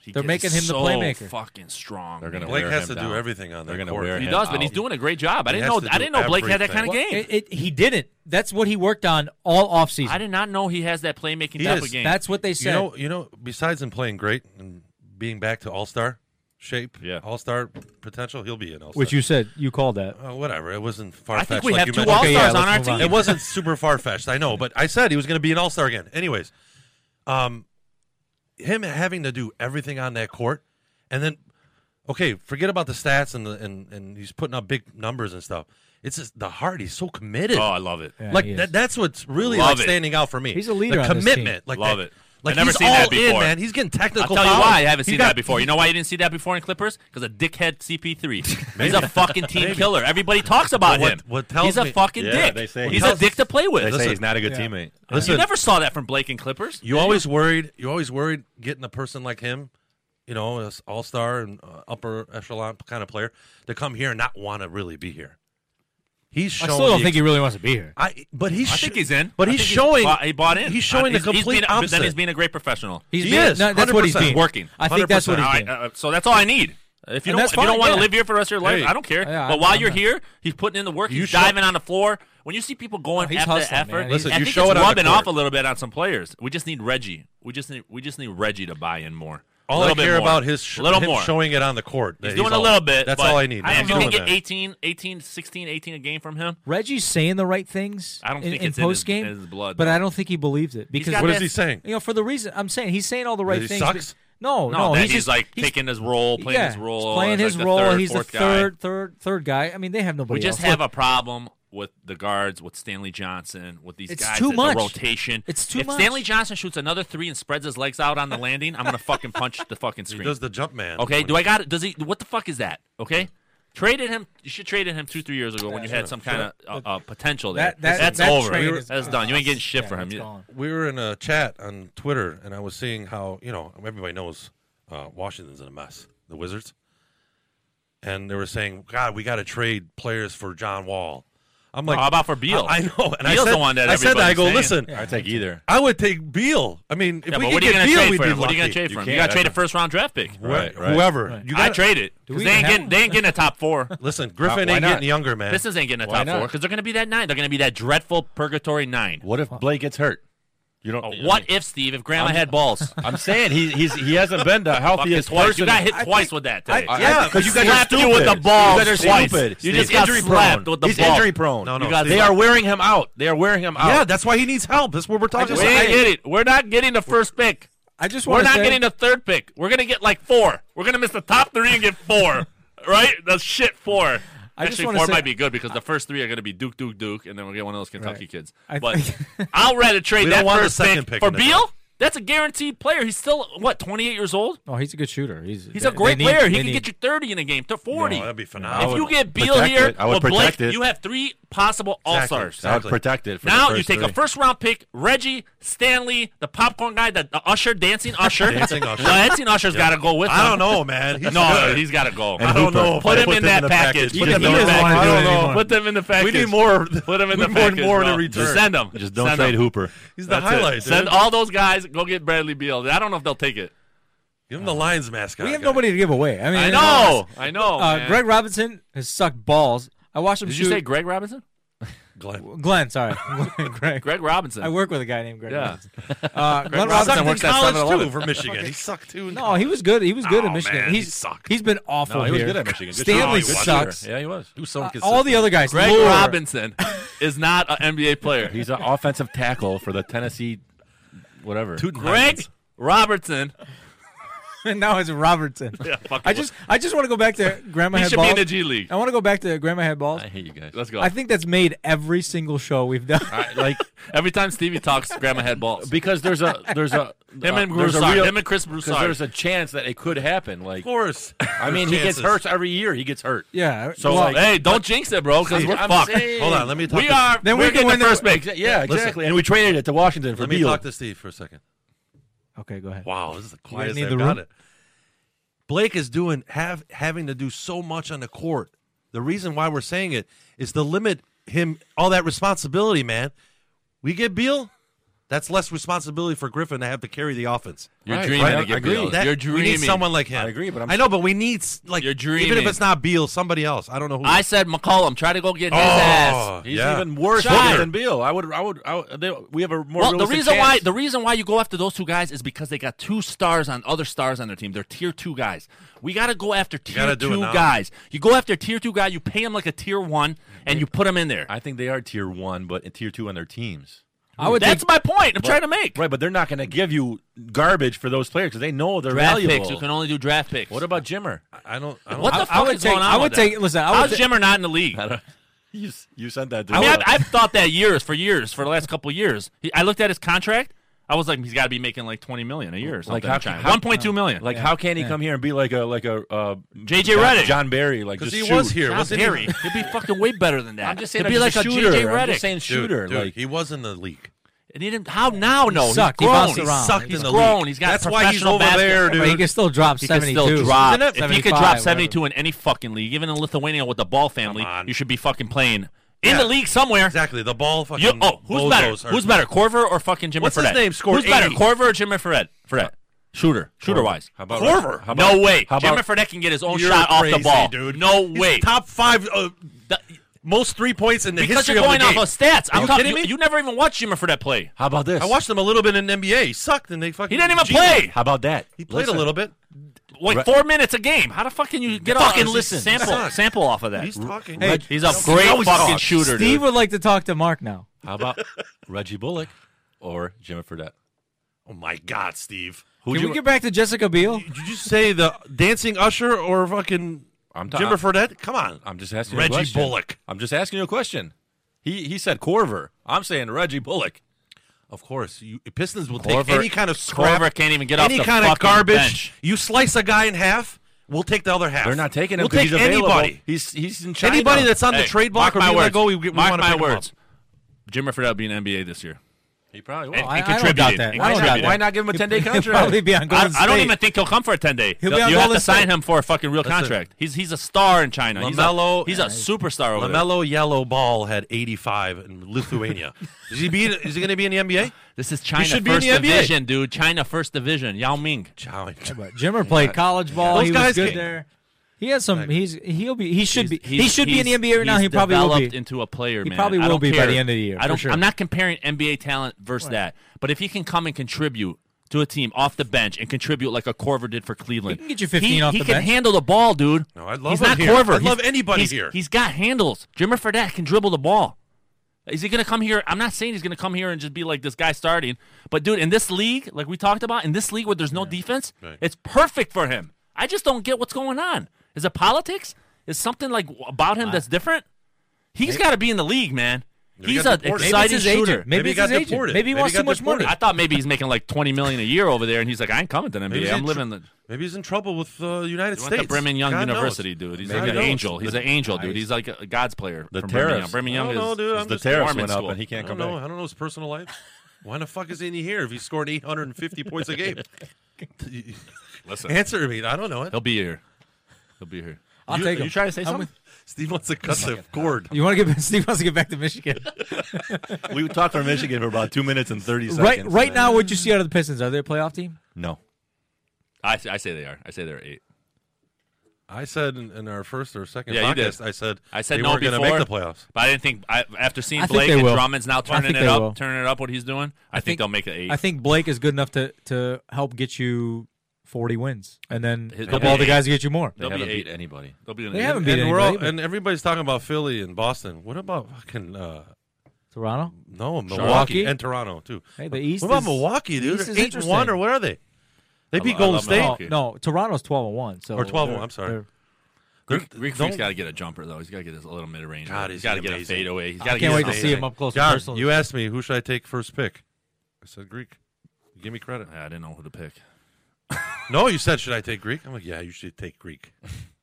he They're gets- making he's him the so playmaker. Fucking strong. They're gonna man. Blake wear has him to down. do everything on They're that gonna court. wear He him does, but out. he's doing a great job. I didn't know. has to I do didn't know Blake had that kind of Well, game. It, it, he didn't. That's what he worked on all offseason. I did not know he has that playmaking He type is. of game. That's what they said. You know, you know. Besides him playing great and being back to All Star shape, Yeah. All Star potential, he'll be an All Star. which you said you called that. Oh, whatever. It wasn't far I fetched. think we like have you two mentioned. all stars Okay, yeah, on let's our move on. team. It wasn't super far fetched, I know, but I said he was going to be an all star again. Anyways, um, him having to do everything on that court, and then okay, forget about the stats and the, and and he's putting up big numbers and stuff. It's just the heart. He's so committed. oh, I love it. Yeah, he like is. that, that's what's really Love like it. standing out for me. He's a leader The on this commitment, team. like Love that- it. Like I've never he's seen all that before. in, man. He's getting I'll technical. tell you fouls. why I haven't He seen got- that before. You know why you didn't see that before in Clippers? Because a dickhead CP3. He's a fucking team killer. Everybody talks about What- him. what tells He's a me- fucking Yeah, dick. they say he's he- a dick to play They with. say Listen. he's not a good Yeah. teammate. Listen, You never saw that from Blake and Clippers. You always worried. You always worried getting a person like him, you know, an all star and uh, upper echelon kind of player, to come here and not want to really be here. He's I showing. still don't the- think he really wants to be here. I but he's. I sho- think he's in. But I he's think showing. bought- he bought in. He's showing Uh, the he's- he's complete being, but opposite. Then he's being a great professional. He's He being, is, no, that's what he's 100%. being. Working. I think that's what he's All being. right, uh, so that's all I need. If you And don't, that's if you fine, don't want yeah. to live here for the rest of your life, Hey. I don't care. Yeah, I- but while I'm you're not- here, he's putting in the work. You he's show- diving on the floor. When you see people going Oh, he's after hustling, effort, man. Listen, I you think show it's it on the rubbing court. off a little bit on some players. We just need Reggie. We just need we just need Reggie to buy in more. a all I little bit care more. about is sh- a little him more. showing it on the court. that he's doing a all- little bit. That's but all I need. I, He's if you can doing get that. 18, 18, 16, 18 a game from him, Reggie's saying the right things. I don't in, think in it's in his- post game, in his blood, but though. I don't think he believes it because got What that- is he saying? you know for the reason I'm saying he's saying all the right he things. sucks? but- No, no, no, that he's, he's, just, like he's- taking his role, playing yeah, his he's role, playing as, his like, the role. third, he's the fourth guy. third, third, third guy. I mean, they have nobody. We just else. have a problem with the guards, with Stanley Johnson, with these It's guys. too It's a much. rotation. It's too if much. Stanley Johnson shoots another three and spreads his legs out on the landing, I'm gonna fucking punch the fucking He screen. does the jump man. okay, When do I got it? Does he? What the fuck is that? Okay. Traded him. You should traded him two, three years ago when you had some kind of uh, uh, potential there. That- that- that's that over. trade is- that's done. You ain't getting shit Yeah, for him. it's You- gone. we were in a chat on Twitter, and I was seeing how you know everybody knows uh, Washington's in a mess, the Wizards, and they were saying, "God, we got to trade players for John Wall." I'm like, Oh, How about for Beal? I, I know, Beal's and I said, the one that I said, that, I go, everybody's saying. listen, I take either. I would take Beal. I mean, if Yeah, we but could what are you get gonna Beal, trade we'd for be him? What are lucky. you gonna trade You for him? You can't. gotta trade a first round draft pick. Wh- Right, right. Whoever you I got, trade it we because they ain't have getting they ain't getting a top four. Listen, Griffin Why ain't not? getting younger, man. This is ain't getting a Why top four not? because they're going to be that nine. They're going to be that dreadful purgatory nine. What if Blake gets hurt? You don't. Oh, I what mean, if Steve? If Grandma had balls, I'm saying he he's he hasn't been the fucking twice. healthiest person. You got hit I twice think- with that. Today. I- I yeah, think- 'cause you you guys slapped are you with the stupid. balls You guys are twice. stupid. You Steve. just got injury slapped prone. with the He's ball. injury prone. No, no, You got- Steve. they are wearing him out. They are wearing him out. yeah, that's why he needs help. That's what we're talking We about. ain't get it. We're not getting the first pick. I just We're want to not say, getting the third pick. We're going to get like four. We're going to miss the top three and get four. right? The shit four. I just Actually, wanna four say- might be good because the first three are going to be Duke, Duke, Duke, and then we'll get one of those Kentucky Right. kids. I but think- I'll rather trade We that don't want the first second pick for in the Beal. That's a guaranteed player. He's still what, 28 years old? Oh, he's a good shooter. He's He's they- a great they need- player. they He can need- get you 30 in a game to 40. No, that'd be if phenomenal. you get Beal protect here, it. I would with Blake, protect it. you have three possible All Stars. I would Exactly. protect it. For Now the you first take a three. first round pick, Reggie Stanley, the popcorn guy, the, the usher, dancing usher. Dancing usher. No, dancing usher's got to go with him. I don't know, man. He's No, good. he's got to go. I don't know. if Put I him in them that package. Put He him in the doesn't package. wanna do it I don't know. anymore. Put them in the package. We need more. Put them in we the package. want more in bro. return. Send them. Just don't Send trade 'em. Hooper. He's the That's it. highlight. Send all those guys. Go get Bradley Beal. I don't know if they'll take it. Give him the Lions mascot. We have guy. nobody to give away. I mean, I know. I know. Uh, man. Greg Robinson has sucked balls. I watched him Did shoot. you say Greg Robinson? Glenn. Glenn, sorry, Greg. Greg Robinson. I work with a guy named Greg. Yeah. Robinson. Uh, Glenn Sucked Robinson in works at college, 7-Eleven. too for Michigan. he sucked too. in No, he was good. He was good in Oh, Michigan. man, he he's sucked. He's been awful No, he was here. good at Michigan. Good Stanley shooter. No, he was. sucks. Yeah, he was. He was so inconsistent. All the other guys. Greg lower. Robinson is not an NBA player. He's an offensive tackle for the Tennessee, whatever. Greg Robertson. and now it's Robertson. Yeah, fuck I him. just, I just want to go back to Grandma he Had should Balls. be in the G League. I want to go back to Grandma Had Balls. I hate you guys. Let's go. I think that's made every single show we've done. I- like Every time Stevie talks, Grandma had balls. because there's a there's a Him uh, and there's a Broussard. real- Him and Chris 'cause Broussard. there's a chance that it could happen. Like Of course. I mean, he gets hurt every year. He gets hurt. yeah. So, well, like- hey, don't jinx it, bro, because we're I'm fucked. saying- Hold on. Let me talk. We to, are. Then we we're can getting win the the- first base. Exa- yeah, Listen. exactly. and we traded it to Washington for Let me Beal. talk to Steve for a second. okay, go ahead. Wow, this is the quietest need I've the got room? it. Blake is doing have having to do so much on the court. The reason why we're saying it is to limit him all that responsibility, man. We get Beal, that's less responsibility for Griffin to have to carry the offense. You're Right, dreaming right, to get I agree. Beal. That- You're We dreaming. need someone like him. I agree, but I'm- I know, but we need s- like You're even dreaming. if it's not Beal, somebody else. I don't know who. I said McCollum. Try to go get his oh, ass. He's yeah. even worse Shy. than Beal. I would. I would. I would they, we have a more. Well, the realistic reason why chance. the reason why you go after those two guys is because they got two stars on other stars on their team. They're tier two guys. We got to go after tier gotta do it two now. guys. You go after tier two guy. You pay him like a tier one, and you put him in there. I think they are tier one, but tier two on their teams. I would That's think, my point. I'm trying to make Right, but they're not going to give you garbage for those players because they know they're draft valuable. picks. You can only do draft picks. what about Jimmer? I don't. I don't what the I, fuck I would is take. going on? I would with take. That? Listen, I would. How's ta- Jimmer not in the league? I, You s- you sent that. To mean, us. I've, I've thought that years for years for the last couple of years. He, I looked at his contract. I was like, he's got to be making like twenty million a year or something. how- in China. how- 1.2 million. Like, how can he come here and be like a like a uh, J.J. John- Redick. John Barry? Like because just he shoot. was here. John wasn't Terry, He? he'd be fucking way better than that. I'm just saying, It'd be like like a shooter. J.J. I'm Redick. just saying Dude, shooter. dude, like he was in the league. And he didn't, how now? No, sucked. He He's grown. bounced He's around. sucked. Sucked He's in the grown. league. He's got That's why he's professional over there, basketball. but he dude. can still drop He can seventy-two. still drop. Isn't it? If he could drop 75, 72 in any fucking league, even in Lithuania with the ball family, Come on. you should be fucking playing in Yeah. the league somewhere. Exactly. The ball. Fucking You, oh, who's bozos better? are- Who's better, Corver or fucking Jimmy What's his Fredette? name? Scored Who's better, 80. Corver or Jimmy Fredette? Fredette. Shooter, shooter wise. How about- Corver? how about- no way. how about- Jimmy Fredette can get his own You're shot off the crazy, ball. dude. No He's way. Top five, uh, The- most three points in the because history you're going of the off game. of stats. I'm you talking. kidding you, me? you never even watched Jimmy Fredette play. how about this? I watched him a little bit in the NBA. He sucked, and they fucking. He didn't even G- play. How about that? He played a little bit. Like Right. four minutes a game. How the fuck can you get Fucking off, listen. Sample, Suck. sample off of that. He's talking. Hey, He's a great fucking shooter, Steve dude. would like to talk to Mark now. How about Reggie Bullock or Jimmy Fredette? oh my God, Steve. Who Can we get back to Jessica Biel? Did you say the dancing usher or fucking I'm ta- Jimmer Fredette? Come on, I'm just asking you a Reggie question. Bullock. I'm just asking you a question. He he said Corver. I'm saying Reggie Bullock. Of course, you, Pistons will Corver- take any kind of scrap. Corver can't even get off any the kind of fucking garbage. bench. You slice a guy in half, we'll take the other half. They're not taking him We'll 'cause take he's available. anybody. He's he's in China. Anybody that's on the Hey, trade block or mark my being let words. go, we, we mark want to my pick him up. Oh, words. Jim Fredette will be in NBA this year. he probably will. And, I- and I don't contributing. doubt that. And I don't doubt contributing. that. Why not give him a 10-day He'll contract? probably be on I, Golden I don't State. even think he'll come for a ten day. He'll be on you have Golden to sign State. him for a fucking real Listen. contract. He's he's a star in China. LaMelo- he's a, he's a superstar over there. Lamelo Yellow Ball had 85 in Lithuania. is he be? Is he going to be in the NBA? This is China should first be in the NBA. division, dude. China first division. Yao Ming. Challenge. But Jimmer played college ball. Those he guys was good can- there. He has some. He's he'll be. He should be. He's- He should be in the he's- NBA right now. he's He probably will developed be. into a player. He man. probably I will don't be by care. the end of the year, I for don't. sure. I'm not comparing NBA talent versus that, but if he can come and contribute to a team off the bench and contribute like a Corver did for Cleveland, he can get you 15 off he the can bench. handle the ball, dude. No, I'd love he's him not here. Corver. I'd He's- love anybody he's- here. He's got handles. Jimmer Fredette can dribble the ball. Is he going to come here? I'm not saying he's going to come here and just be like this guy starting, but dude, in this league, like we talked about, in this league where there's no defense, Right. it's perfect for him. I just don't get what's going on. Is it politics? Is something like about him that's different? He's got to be in the league, man. He's an got deported. Maybe it's exciting his shooter. agent. Maybe, Maybe he it's got his agent. deported. Maybe he Maybe wants he too got much money. deported. I thought maybe he's making like 20 million a year over there, and he's like, I ain't coming to the Maybe NBA. he's I'm in living the. Maybe he's in trouble with the United He went States. to Brigham Young God University, knows. dude. He's God like an knows. angel. He's an angel, dude. He's like a God's player. The from Brigham Young. tariffs. Brigham I Young don't know, is, dude. I'm the just- tariffs Mormon went up school. and he I can't don't come know. back. I don't know his personal life. Why the fuck is he in here if he's scoring 850 points a game? Listen, Answer me. I don't know it. he'll be here. He'll be here. I'll you, take you him. try to say I'm with- something? Steve wants to cut the cord. You want to get Steve wants to get back to Michigan. we talked for Michigan for about two minutes and thirty seconds. right, right and then- now, what you see out of the Pistons? Are they a playoff team? No. I, say- I say they are. I say they're eight. I said in, in our first or second Yeah, you did. podcast, I said I said they no weren't going to make before. the playoffs. But I didn't think I, after seeing I think Blake they and will. Drummond's now I turning think it they up, will. turning it up, what he's doing. I, think, think- they'll make the eight. I think Blake is good enough to to help get you forty wins, and then His- a couple other they- guys to get you more. They They'll be haven't eight. beat anybody. they'll be in They the haven't And, beat we're all, anybody. but and everybody's talking about Philly and Boston. What about fucking uh, Toronto, no Milwaukee, Milwaukee? and Toronto too? hey, the East. what about is- Milwaukee, the dude? East is Eight and one interesting. or what are they? They beat love- I Golden love State. No, Milwaukee. no, Toronto's twelve and one. So Or 12 and they're- I'm sorry. they're- Greek, Greek Don't- Freak's got to get a jumper though. He's got to get his little mid range. God, he's is got to he get a amazing. fadeaway. He's I got to can't get wait to something. see him up close and John, personal. you asked me who should I take first pick. I said Greek. Give me credit. Yeah, I didn't know who to pick. No, you said should I take Greek? I'm like, yeah, you should take Greek.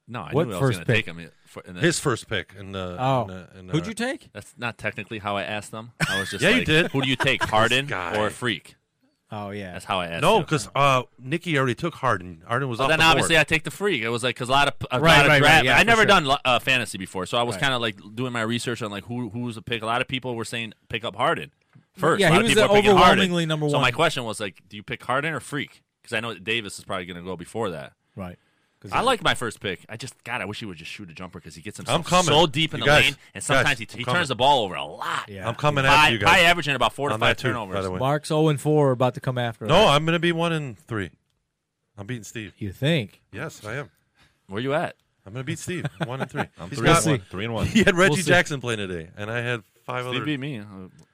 No, I What knew I first was going to pick? take him. It- For, and then- His first pick. And uh, Oh, and, uh, and, uh, who'd you take? that's not technically how I asked them. I was just Yeah, you like, did. Who do you take, Harden guy. or Freak? Oh yeah, That's how I asked. No, you. because uh, Nikki already took Harden. Harden was Well, off then the board. obviously I take the freak. It was like because a lot of a Right, lot right, of right, draft. yeah, I for never sure. done uh, fantasy before, so I was kind of like doing my research on like who who's a pick. A lot of people were saying pick up Harden first. Yeah, a lot he was of people the are picking overwhelmingly Harden. number So my one. question was like, do you pick Harden or Freak? Because I know that Davis is probably going to go before that. right. I like my first pick. I just God, I wish he would just shoot a jumper because he gets I'm himself coming. so deep in You the guys, lane, and sometimes guys, he, he I'm coming. turns the ball over a lot. Yeah. I'm coming by, after you by guys. averaging about four to On five that too, turnovers. by the way. Mark's zero and four are about to come after. No, us. I'm going to be one and three. I'm beating Steve. you think? Yes, I am. Where you at? I'm going to beat Steve. one and three. I'm He's three got- and one. Three and one. He had Reggie see. Jackson playing today, and I had five He other. beat me. Uh,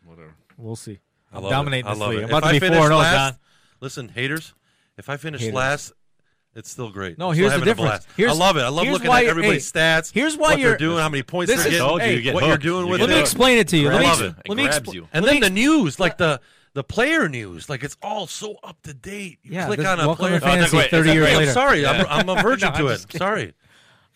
whatever. We'll see. I I'm love dominating it. I this love league. It. I'm about If to I be finish four and oh, last- John. Listen, haters. If I finish Haters. last, it's still great. No, I'm here's still the having a difference. blast. Here's- I love it. I love here's looking why- at everybody's hey, stats. here's why what you're- they're doing, how many points this they're is- getting, Told you, you get what you're hooked. doing You with get Let me it. hooked. explain it to you. Let me, Grabs ex- you. let me Grabs expl- you. And then the news, like the the player news, like it's all so up to date. You Yeah, click this- on a welcome player. Oh, to fantasy great. 30 It's a years great- I'm later. sorry, I'm, I'm a virgin to it. just Sorry,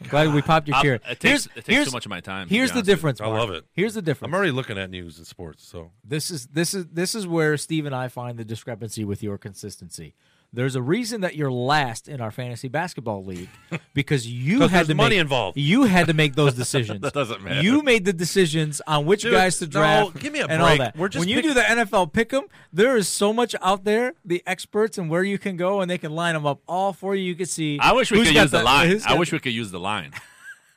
I'm glad we popped your Uh, chair. it takes- it takes too much of my time, to be Here's the honest with you. difference. I Mark. love it. Here's the difference. I'm already looking at news and sports. So This is this is this is where Steve and I find the discrepancy with your consistency. There's a reason that you're last in our fantasy basketball league because you 'Cause had there's to money make, involved. You had to make those decisions. that doesn't matter. You made the decisions on which Dude, guys to no, draft. give me a and All break. that. We're just when you pick- do the NFL pick 'em, there is so much out there. The experts and where you can go, and they can line them up all for you. You can see. I wish we who's could got use the, line. who's I got- wish we could use the line.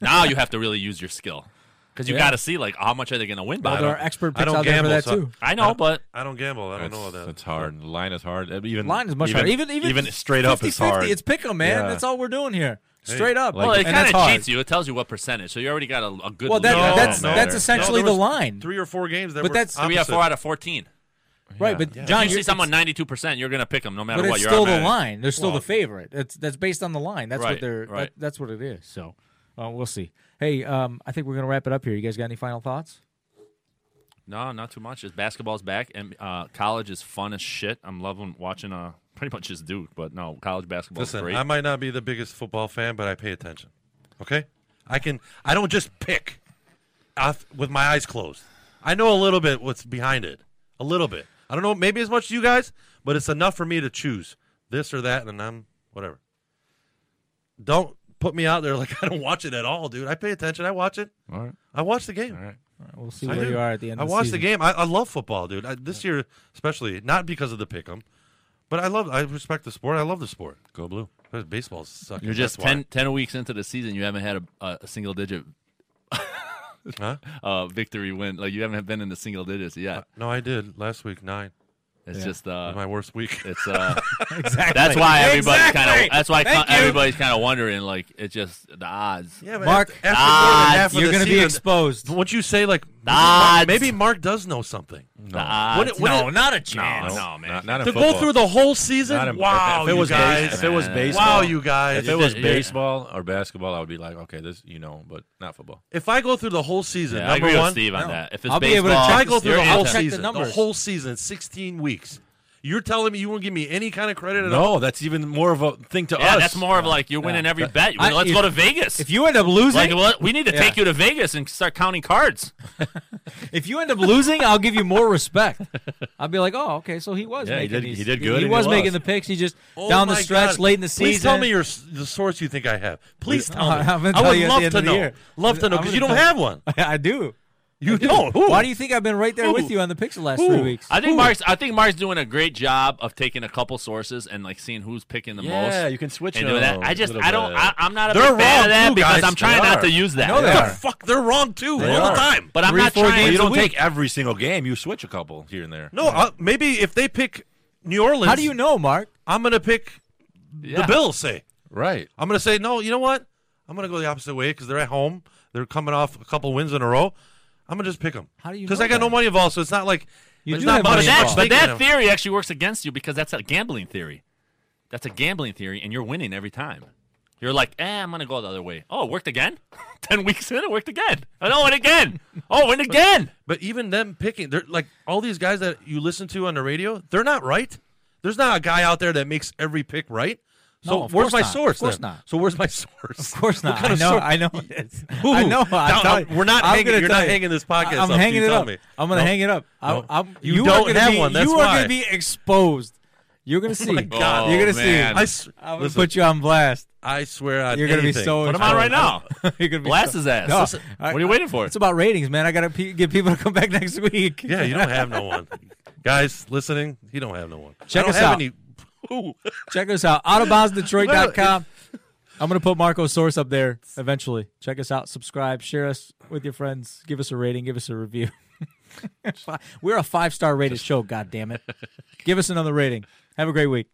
now you have to really use your skill because you Yeah. got to see like how much are they going to win Well, by. there are expert I picks don't out there for gamble, that so- too. I know, but I don't gamble. I don't know all that. It's hard. The line is hard. Uh, Even Line is much even, harder. Even even, straight up is 50-50, hard. It's pick 'em, man. Yeah. That's all we're doing here. Straight up. Like- well, it And that's kind of hard. cheats you. It tells you what percentage, so you already got a, a good. Well, that, lead. No, that's man. that's No, essentially there the was line, Three or four games that But were that's- three out opposite. four out of fourteen. right? But If John, you see you're, someone it's, ninety two percent, you're going to pick them no matter but what. it's You're still the automatic. line. They're still the favorite. It's that's based on the line. That's what Right, they're. right. that- that's what it is. So uh, we'll see. Hey, um, I think we're gonna wrap it up here. You guys got any final thoughts? No, not too much. It's basketball's back, and uh, college is fun as shit. I'm loving watching uh, pretty much just Duke, but no, college basketball's Listen, great. I might not be the biggest football fan, but I pay attention. Okay, I can. I don't just pick off with my eyes closed. I know a little bit what's behind it. A little bit. I don't know, maybe as much as you guys, but it's enough for me to choose this or that, and I'm whatever. Don't put me out there like I don't watch it at all, dude. I pay attention. I watch it. All right. I watch the game. We'll see I where do. you are at the end. I of watched season. the game. I, I love football, dude. I, this year, especially, not because of the pick'em, but I love. I respect the sport. I love the sport. Go blue. Because baseball's sucking. You're just That's why. 10, 10 weeks into the season. You haven't had a, a, a single digit Huh? uh, victory win. Like you haven't been in the single digits yet. No, I did last week. Nine. It's just uh, my worst week. it's uh, Exactly. that's why everybody's kind Exactly. of that's why Thank you. everybody's kind of wondering like it's just the odds. but Mark, after, after ah, more than half You're of gonna the be season, exposed. Once you say like, Odds. maybe Mark does know something. The odds. What it- what it- not a no, chance. no, man. Not, not in to football. go through the whole season. Not a- wow, if it you was guys. base- if it was wow, baseball, you guys. If it was baseball or basketball, I would be like, okay, this you know, but not football. If I go through the whole season, Yeah, I number agree one, with Steve on that. If it's I'll be baseball, able to if I check go this- through you're Uh, the whole I'll check the season, the numbers. whole season, sixteen weeks, You're telling me you won't give me any kind of credit at all? No, that's even more of a thing to Yeah, us. that's more of like you're winning every bet. I- Let's if- go to Vegas. If you end up losing, like, what- we need to Yeah. take you to Vegas and start counting cards. if you end up losing, I'll give you more respect. I'll be like, oh, okay, so he was. Yeah, he making did- these- he did good He and was he making lost. the picks. He just Oh down the my stretch, God. late in the season. Uh, Please tell me your s- the source you think I have. Please tell me. I'm gonna I tell would you at the love end to of the know. year. Love to know I'm because gonna you tell- don't have one. I do. You don't. Who? Why do you think I've been right there Who? with you on the picks the last Who? three weeks? I think Mark's. I think Mark's doing a great job of taking a couple sources and like seeing who's picking the most. Yeah, you can switch and doing them that. I a just. little I don't. bit. I, I'm not a They're big fan wrong of that too, because guys. I'm trying They not to are. use that. I know they the are. fuck? They're wrong too all are. the time. But I'm Three, not four trying. games Well, you a don't week. take every single game. You switch a couple here and there. No, uh, maybe if they pick New Orleans, How do you know, Mark? I'm gonna pick the Yeah. Bills. Say Right. I'm gonna say no. You know what? I'm gonna go the opposite way because they're at home. They're coming off a couple wins in a row. I'm gonna just pick them. How do you Because know I got that? no money involved, so it's not like You it's do not have about money But as that, much involved. but thinking that of- theory actually works against you because that's a gambling theory. That's a gambling theory, and you're winning every time. You're like, eh, I'm gonna go the other way. Oh, it worked again. Ten weeks in, it worked again. And oh, and again. Oh, and again. But even them picking, they're like all these guys that you listen to on the radio, they're not right. There's not a guy out there that makes every pick right. So No, of where's course my not. Of source? course then? not. So where's my source? Of course not. I know. I know. I Ooh. know. I Now, tell I'm- you. we're not I'm hanging- gonna you're tell not you. hanging this podcast I- up, I'm so you hanging it tell up. me. I'm gonna No. hang it up. I'm- No. I'm- You are don't gonna have be- one, that's you are why. gonna be exposed. You're gonna see. God. You're gonna Oh, see. man. I, s- I'm gonna listen, put you on blast. I swear on You're gonna be anything. so. Put him on right now. You're gonna be Blast so- his ass. No. Listen, All right. what are you waiting for? It's about ratings, man. I gotta pe- get people to come back next week. Yeah, you don't have no one. guys listening, he don't have no one. I Check don't us have out. Any, Ooh. Check us out. OutofBoundsDetroit.com. I'm going to put Marco's source up there eventually. Check us out. Subscribe. Share us with your friends. Give us a rating. Give us a review. Fi- We're a five star rated show, God damn it. Give us another rating. Have a great week.